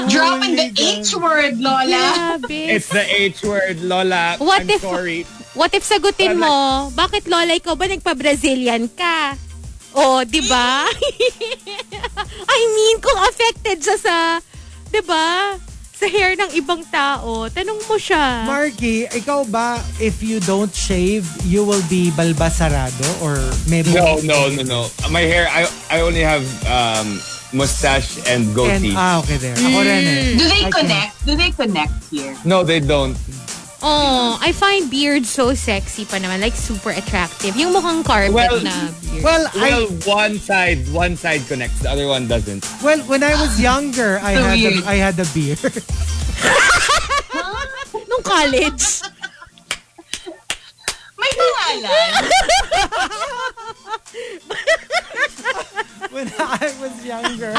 Oh
Dropping the H word, lola.
Grabe.
It's the H word, Lola.
What
I'm
if-
sorry.
What if sagutin mo, bakit lola ikaw ba nagpa-Brazilian ka? O, di ba? I mean, kung affected siya sa, di ba? Sa hair ng ibang tao, tanong mo siya.
Marky, ikaw ba, if you don't shave, you will be balbasarado or may
No, no, no, no. My hair, I I only have um, mustache and uh,
And,
goatee.
ah, okay there. Ako rin eh.
Mm.
Do they
I
connect? Do they connect here?
no, they don't.
Oh, I find beard so sexy pa naman. Like, super attractive. Yung mukhang carpet
Well,
na beard.
Well,
Well,
I,
one side, one side connects, the other one doesn't.
well, when I was younger, I
So
had a,
weird.
I had a beard.
Nung college.
May pangalan.
when I was younger,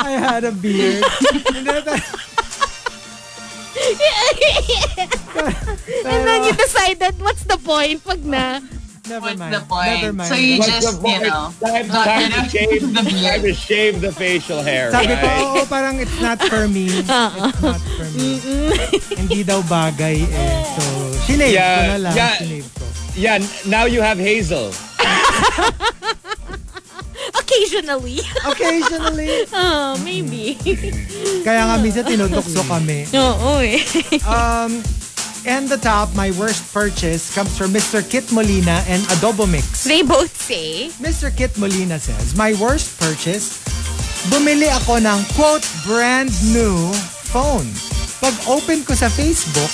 I had a beard. And then,
And then you decided, what's the point? Wag na.
never
What's
mind.
the point?
Never mind.
So you
What's
just,
the point?
you know,
time,
got
time
rid
to
of
shave
the beard.
time to shave the facial hair.
Sabi ko,
right?
oo, parang it's not for me. It's not for me. Hindi daw bagay eh. So, shinave ko
Yeah,
na lang.
yeah.
Shinave ko.
Yeah, n- now you have Hazel.
Occasionally.
Occasionally.
Oh, maybe.
Kaya nga minsan tinutukso kami.
Oo eh.
Um, and the top, my worst purchase comes from Mr. Kit Molina and Adobo Mix.
They both say,
Mr. Kit Molina says, My worst purchase, bumili ako ng quote brand new phone. Pag open ko sa Facebook,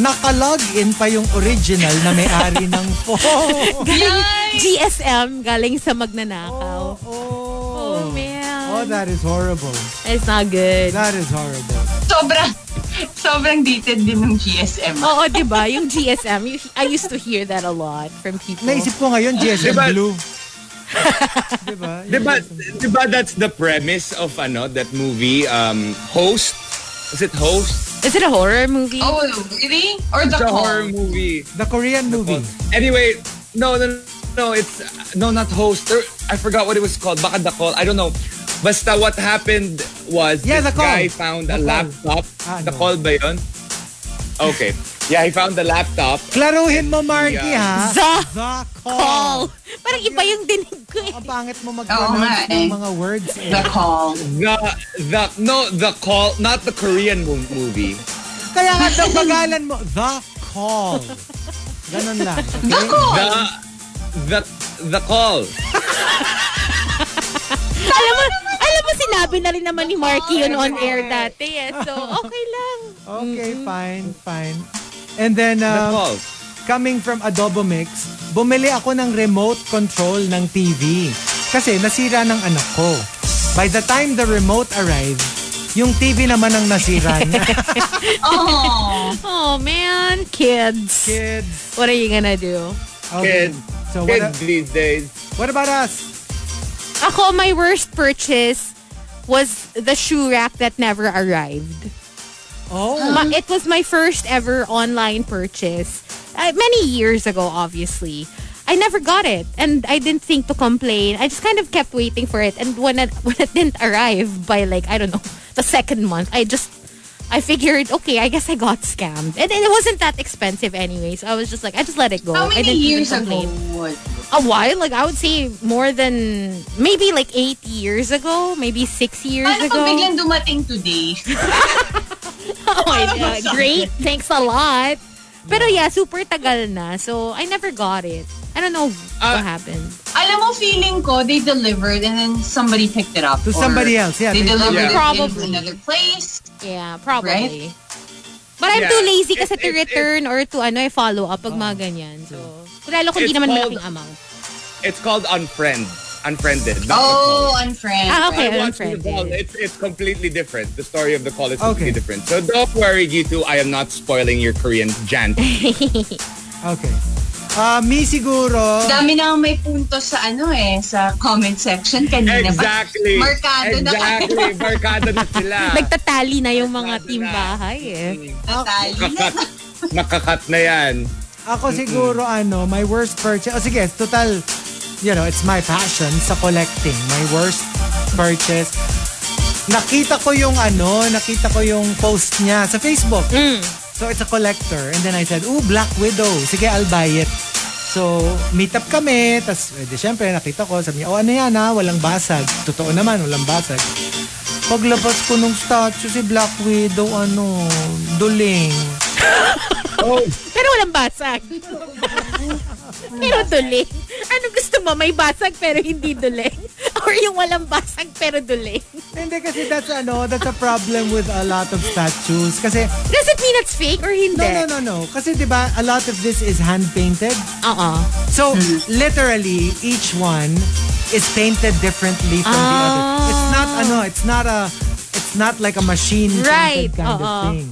naka-login pa yung original na may-ari ng phone.
Galing GSM, galing sa magnanakaw.
Oh,
Oh,
oh,
man.
that is horrible.
It's not good.
That is horrible.
Sobra, sobrang dated din ng GSM. ah.
Oh.
Oo, di ba? Yung GSM, you, I used to hear that a lot from people.
Naisip ko ngayon, GSM
Diba-
Blue. diba?
Diba, diba that's the premise of ano, that movie, um, Host? Is it Host?
Is it a horror movie?
Oh, really? Or the
It's a horror
call?
movie.
The Korean movie.
Anyway, no, no, no, it's, no, not Host. There- I forgot what it was called. Baka The Call. I don't know. Basta what happened was
Yeah,
this
The Call.
guy found a
The Call.
laptop.
Ah,
the
no.
Call ba yun? Okay. Yeah, he found the laptop.
Klaruhin mo, Marky, ha?
The
The
call.
call.
Parang iba yung dinig ko eh.
Ang pangit mo
nga,
mag-pronounce ng
eh.
mga words, eh.
The call.
The, the, no, The Call. Not the Korean mo- movie.
Kaya nga, dagpagalan mo, The Call. Ganun lang.
The call!
The, the, the Call.
Alam mo, alam mo sinabi na rin naman ni Marky yun on air dati eh. So, okay lang.
Okay, fine, fine. And then,
The
um,
Call.
coming from Adobo Mix, bumili ako ng remote control ng TV. Kasi nasira ng anak ko. By the time the remote arrived, yung TV naman ang nasira niya.
Oh,
Oh man, kids.
Kids.
What are you gonna do?
Okay.
Kids.
So what,
Kids these days.
what about us?
Ako, my worst purchase was the shoe rack that never arrived.
Oh,
Ma- it was my first ever online purchase. Uh, many years ago, obviously. I never got it. And I didn't think to complain. I just kind of kept waiting for it. And when it, when it didn't arrive by like, I don't know, the second month, I just, I figured, okay, I guess I got scammed. And it wasn't that expensive anyway. So I was just like, I just let it go.
how
I
many
didn't even
years ago?
complain. A while. Like, I would say more than, maybe like eight years ago. Maybe six years
Paano
ago.
kung biglang dumating today?
Oh, yeah. Great. Thanks a lot. Pero yeah, super tagal na. So, I never got it. I don't know what
Ah.
happened.
Alam mo, feeling ko, they delivered and then somebody picked it up.
To
Or
somebody else, yeah,
They
they-
delivered
Yeah.
it
Probably.
in another place.
Yeah, probably. But I'm too
Yeah.
lazy kasi
It-
to
it- it-
return or to ano, eh, follow up pag mga ganyan. So, lalo kung di
It's
naman
called-
malaking amount.
It's called Unfriend. Unfriended. not The Call.
Oh, unfriend.
Ah, okay.
I watched
Unfriended.
the call. It's, it's completely different. The story of the call is
Okay.
completely different. So don't worry, you two. I am not spoiling your Korean jant.
okay. Ah, me siguro,
Dami na may punto sa ano eh, sa comment section kanina.
exactly.
Ba- Markado na
exactly. na. Markado na sila.
Nagtatali na yung mga
Nagtatali
team
na.
bahay eh.
Natali na.
Makakat. Makakat na yan.
Ako siguro ano, my worst purchase. Oh, sige, total, you know, it's my passion sa collecting. My worst purchase. Nakita ko yung ano, nakita ko yung post niya sa Facebook. So it's a collector. And then I said, ooh, Black Widow. Sige, I'll buy it. So, meet up kami. Tapos, eh, di syempre, nakita ko. Sabi niya, oh, ano yan ha? Walang basag. Totoo naman, walang basag. Paglabas ko nung statue si Black Widow, ano, duling.
Pero walang basag. pero duli. Ano gusto mo? May basag pero hindi duli. Or yung walang basag pero duli.
Hindi kasi that's ano, that's a problem with a lot of statues. Kasi,
Does it mean it's fake or hindi?
no, no, no, no. Kasi di ba a lot of this is hand-painted.
Uh-uh.
So, literally, each one is painted differently from the other. It's not, ano, it's not a, it's not like a machine
Right,
painted kind of
oo.
thing.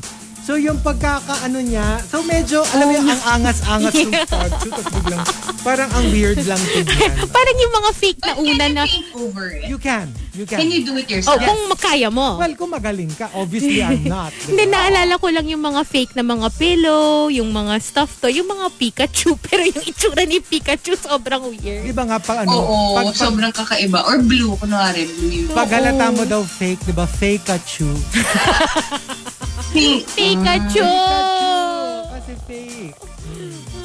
So, yung pagkakaano niya, so medyo, alam mo yung ang angas-angas ng statue, tapos biglang, parang ang weird lang tignan.
Parang yung mga fake na
But
una
can
na,
you take over it?
You can, you can.
Can you do it
oh,
yourself?
kung makaya mo.
well, kung magaling ka, obviously I'm not. di
Hindi,
ba?
naalala ko lang yung mga fake na mga pillow, yung mga stuff to, yung mga Pikachu. Pero yung itsura ni Pikachu sobrang
Di
weird.
ba nga pag ano,
Oo,
pag, pag,
sobrang kakaiba. Or blue, kunwari. Blue yung
pag halata mo daw fake, di ba? Fake Pikachu. Ah.
pink.
Pikachu!
Kasi fake.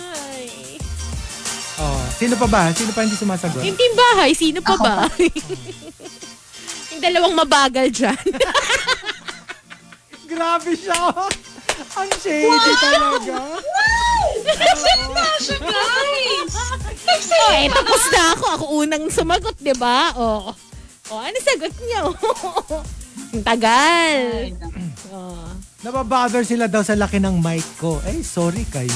Ay.
Oh, sino pa ba? Sino pa hindi sumasagot?
Yung team bahay, sino pa ba? yung dalawang mabagal dyan.
Grabe siya. Ang shady talaga.
That's nice!
oh, eh, tapos na ako. Ako unang sumagot, di ba? Oh. oh, ano sagot niyo? Ang tagal. Oh.
Nababother sila daw sa laki ng mic ko. Eh, sorry kayo.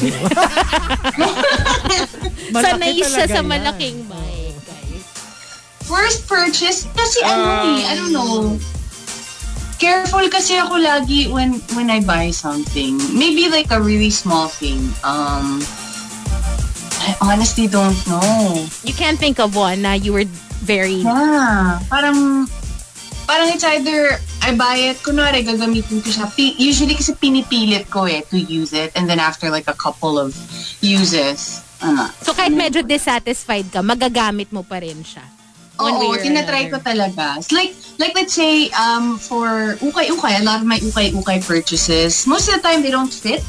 Malaki
Sanay siya
talaga
sa
yan.
malaking mic, guys.
First purchase? Kasi ano eh, I don't know. Careful kasi ako lagi when when I buy something. Maybe like a really small thing. Um, I honestly don't know.
You can't think of one na you were very...
Yeah. Parang, parang it's either I buy it, kunwari gagamitin ko siya. Pi- usually kasi pinipilit ko eh to use it. And then after like a couple of uses, ano.
So kahit medyo dissatisfied ka, magagamit mo pa rin siya. One way or
Oo, tinatry
another.
ko talaga. It's Like, like let's say, um, for ukay-ukay, a lot of my ukay-ukay purchases, most of the time they don't fit.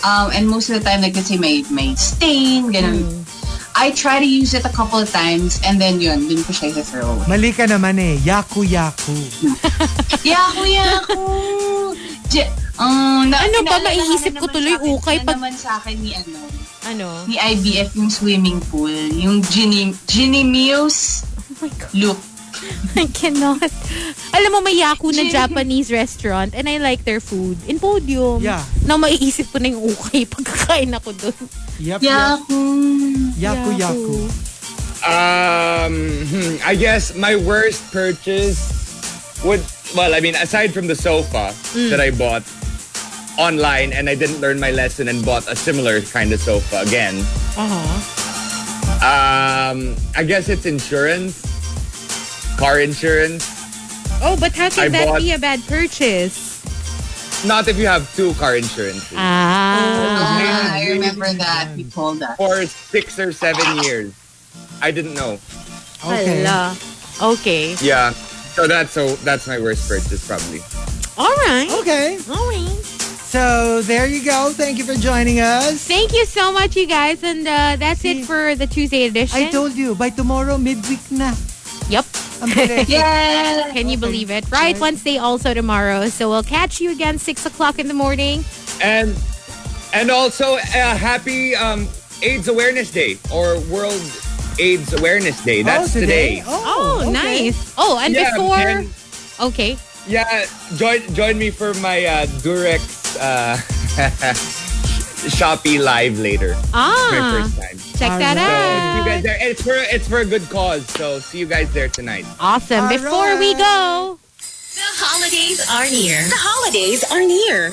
Um, and most of the time, like let's say may, may stain, ganun.
Mm.
I try to use it a couple of times and then yun, dun ko siya i-throw away.
Mali ka naman eh. Yaku Yaku.
Yeah, kuya, ako. Je- um, na-
Ano ba,
naalala
maiisip
na
ko
naman
tuloy,
sa akin-
ukay
na
pag-
naman sa akin ni ano,
Ano?
ni IBF yung swimming pool, yung Ginny, Ginny Muse
Oh my God,
look.
I cannot. Alam mo, may Yaku na
Jin.
Japanese restaurant and I like their food. In Podium.
Yeah.
Na maiisip ko na yung ukay pagkakain ako doon.
Yep,
Yeah, kung...
yep. Yaku Yaku.
Um, hmm, I guess my worst purchase would well, I mean, aside from the sofa that I bought online and I didn't learn my lesson and bought a similar kind of sofa again. Uh-huh. Um, I guess it's insurance, car insurance.
Oh, but how
can I that bought- be
a bad purchase?
Not if you have two car insurances
Ah.
Ah, I remember that. We called that.
for six or seven years. I didn't know.
Oh, Okay.
Hala. Okay.
Yeah. So that's so that's my worst purchase probably.
All right.
Okay.
All right.
So, there you go. Thank you for joining us.
Thank you so much, you guys. And uh, that's it
See.
for the Tuesday edition.
I told you, by tomorrow, midweek na.
Yep.
Ang bilis.
Yeah.
Can you believe it? Right. Wednesday also tomorrow. So we'll catch you again 6 o'clock in the morning.
and and also uh, happy um, AIDS Awareness Day or World AIDS Awareness Day. That's
Oh,
today.
Oh,
okay.
nice. Oh, and
Yeah,
before...
and-
okay.
Yeah, join join me for my uh, Durex uh, Shopee live later. My
Ah.
first time. So,
Check that
see you
out.
guys there. And It's for it's for a good cause. So see you guys there tonight.
All
Awesome. Before we
right.
go,
The holidays are near.
The holidays are near.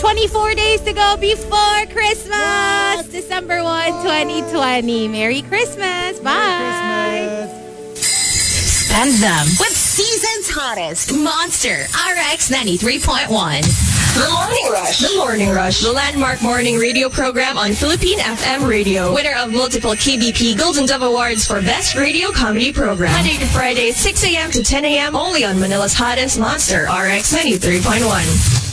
24 days to go before Christmas. December 1, 2020. Merry Christmas. Bye.
Christmas.
Spend them.
With season's hottest monster RX 93.1. The Morning Rush. The Morning Rush. The landmark morning radio program on Philippine FM Radio. Winner of multiple KBP Golden Dove Awards for Best Radio Comedy Program. Monday to Friday, 6 a.m. to 10 a.m. Only on Manila's hottest monster RX 93.1.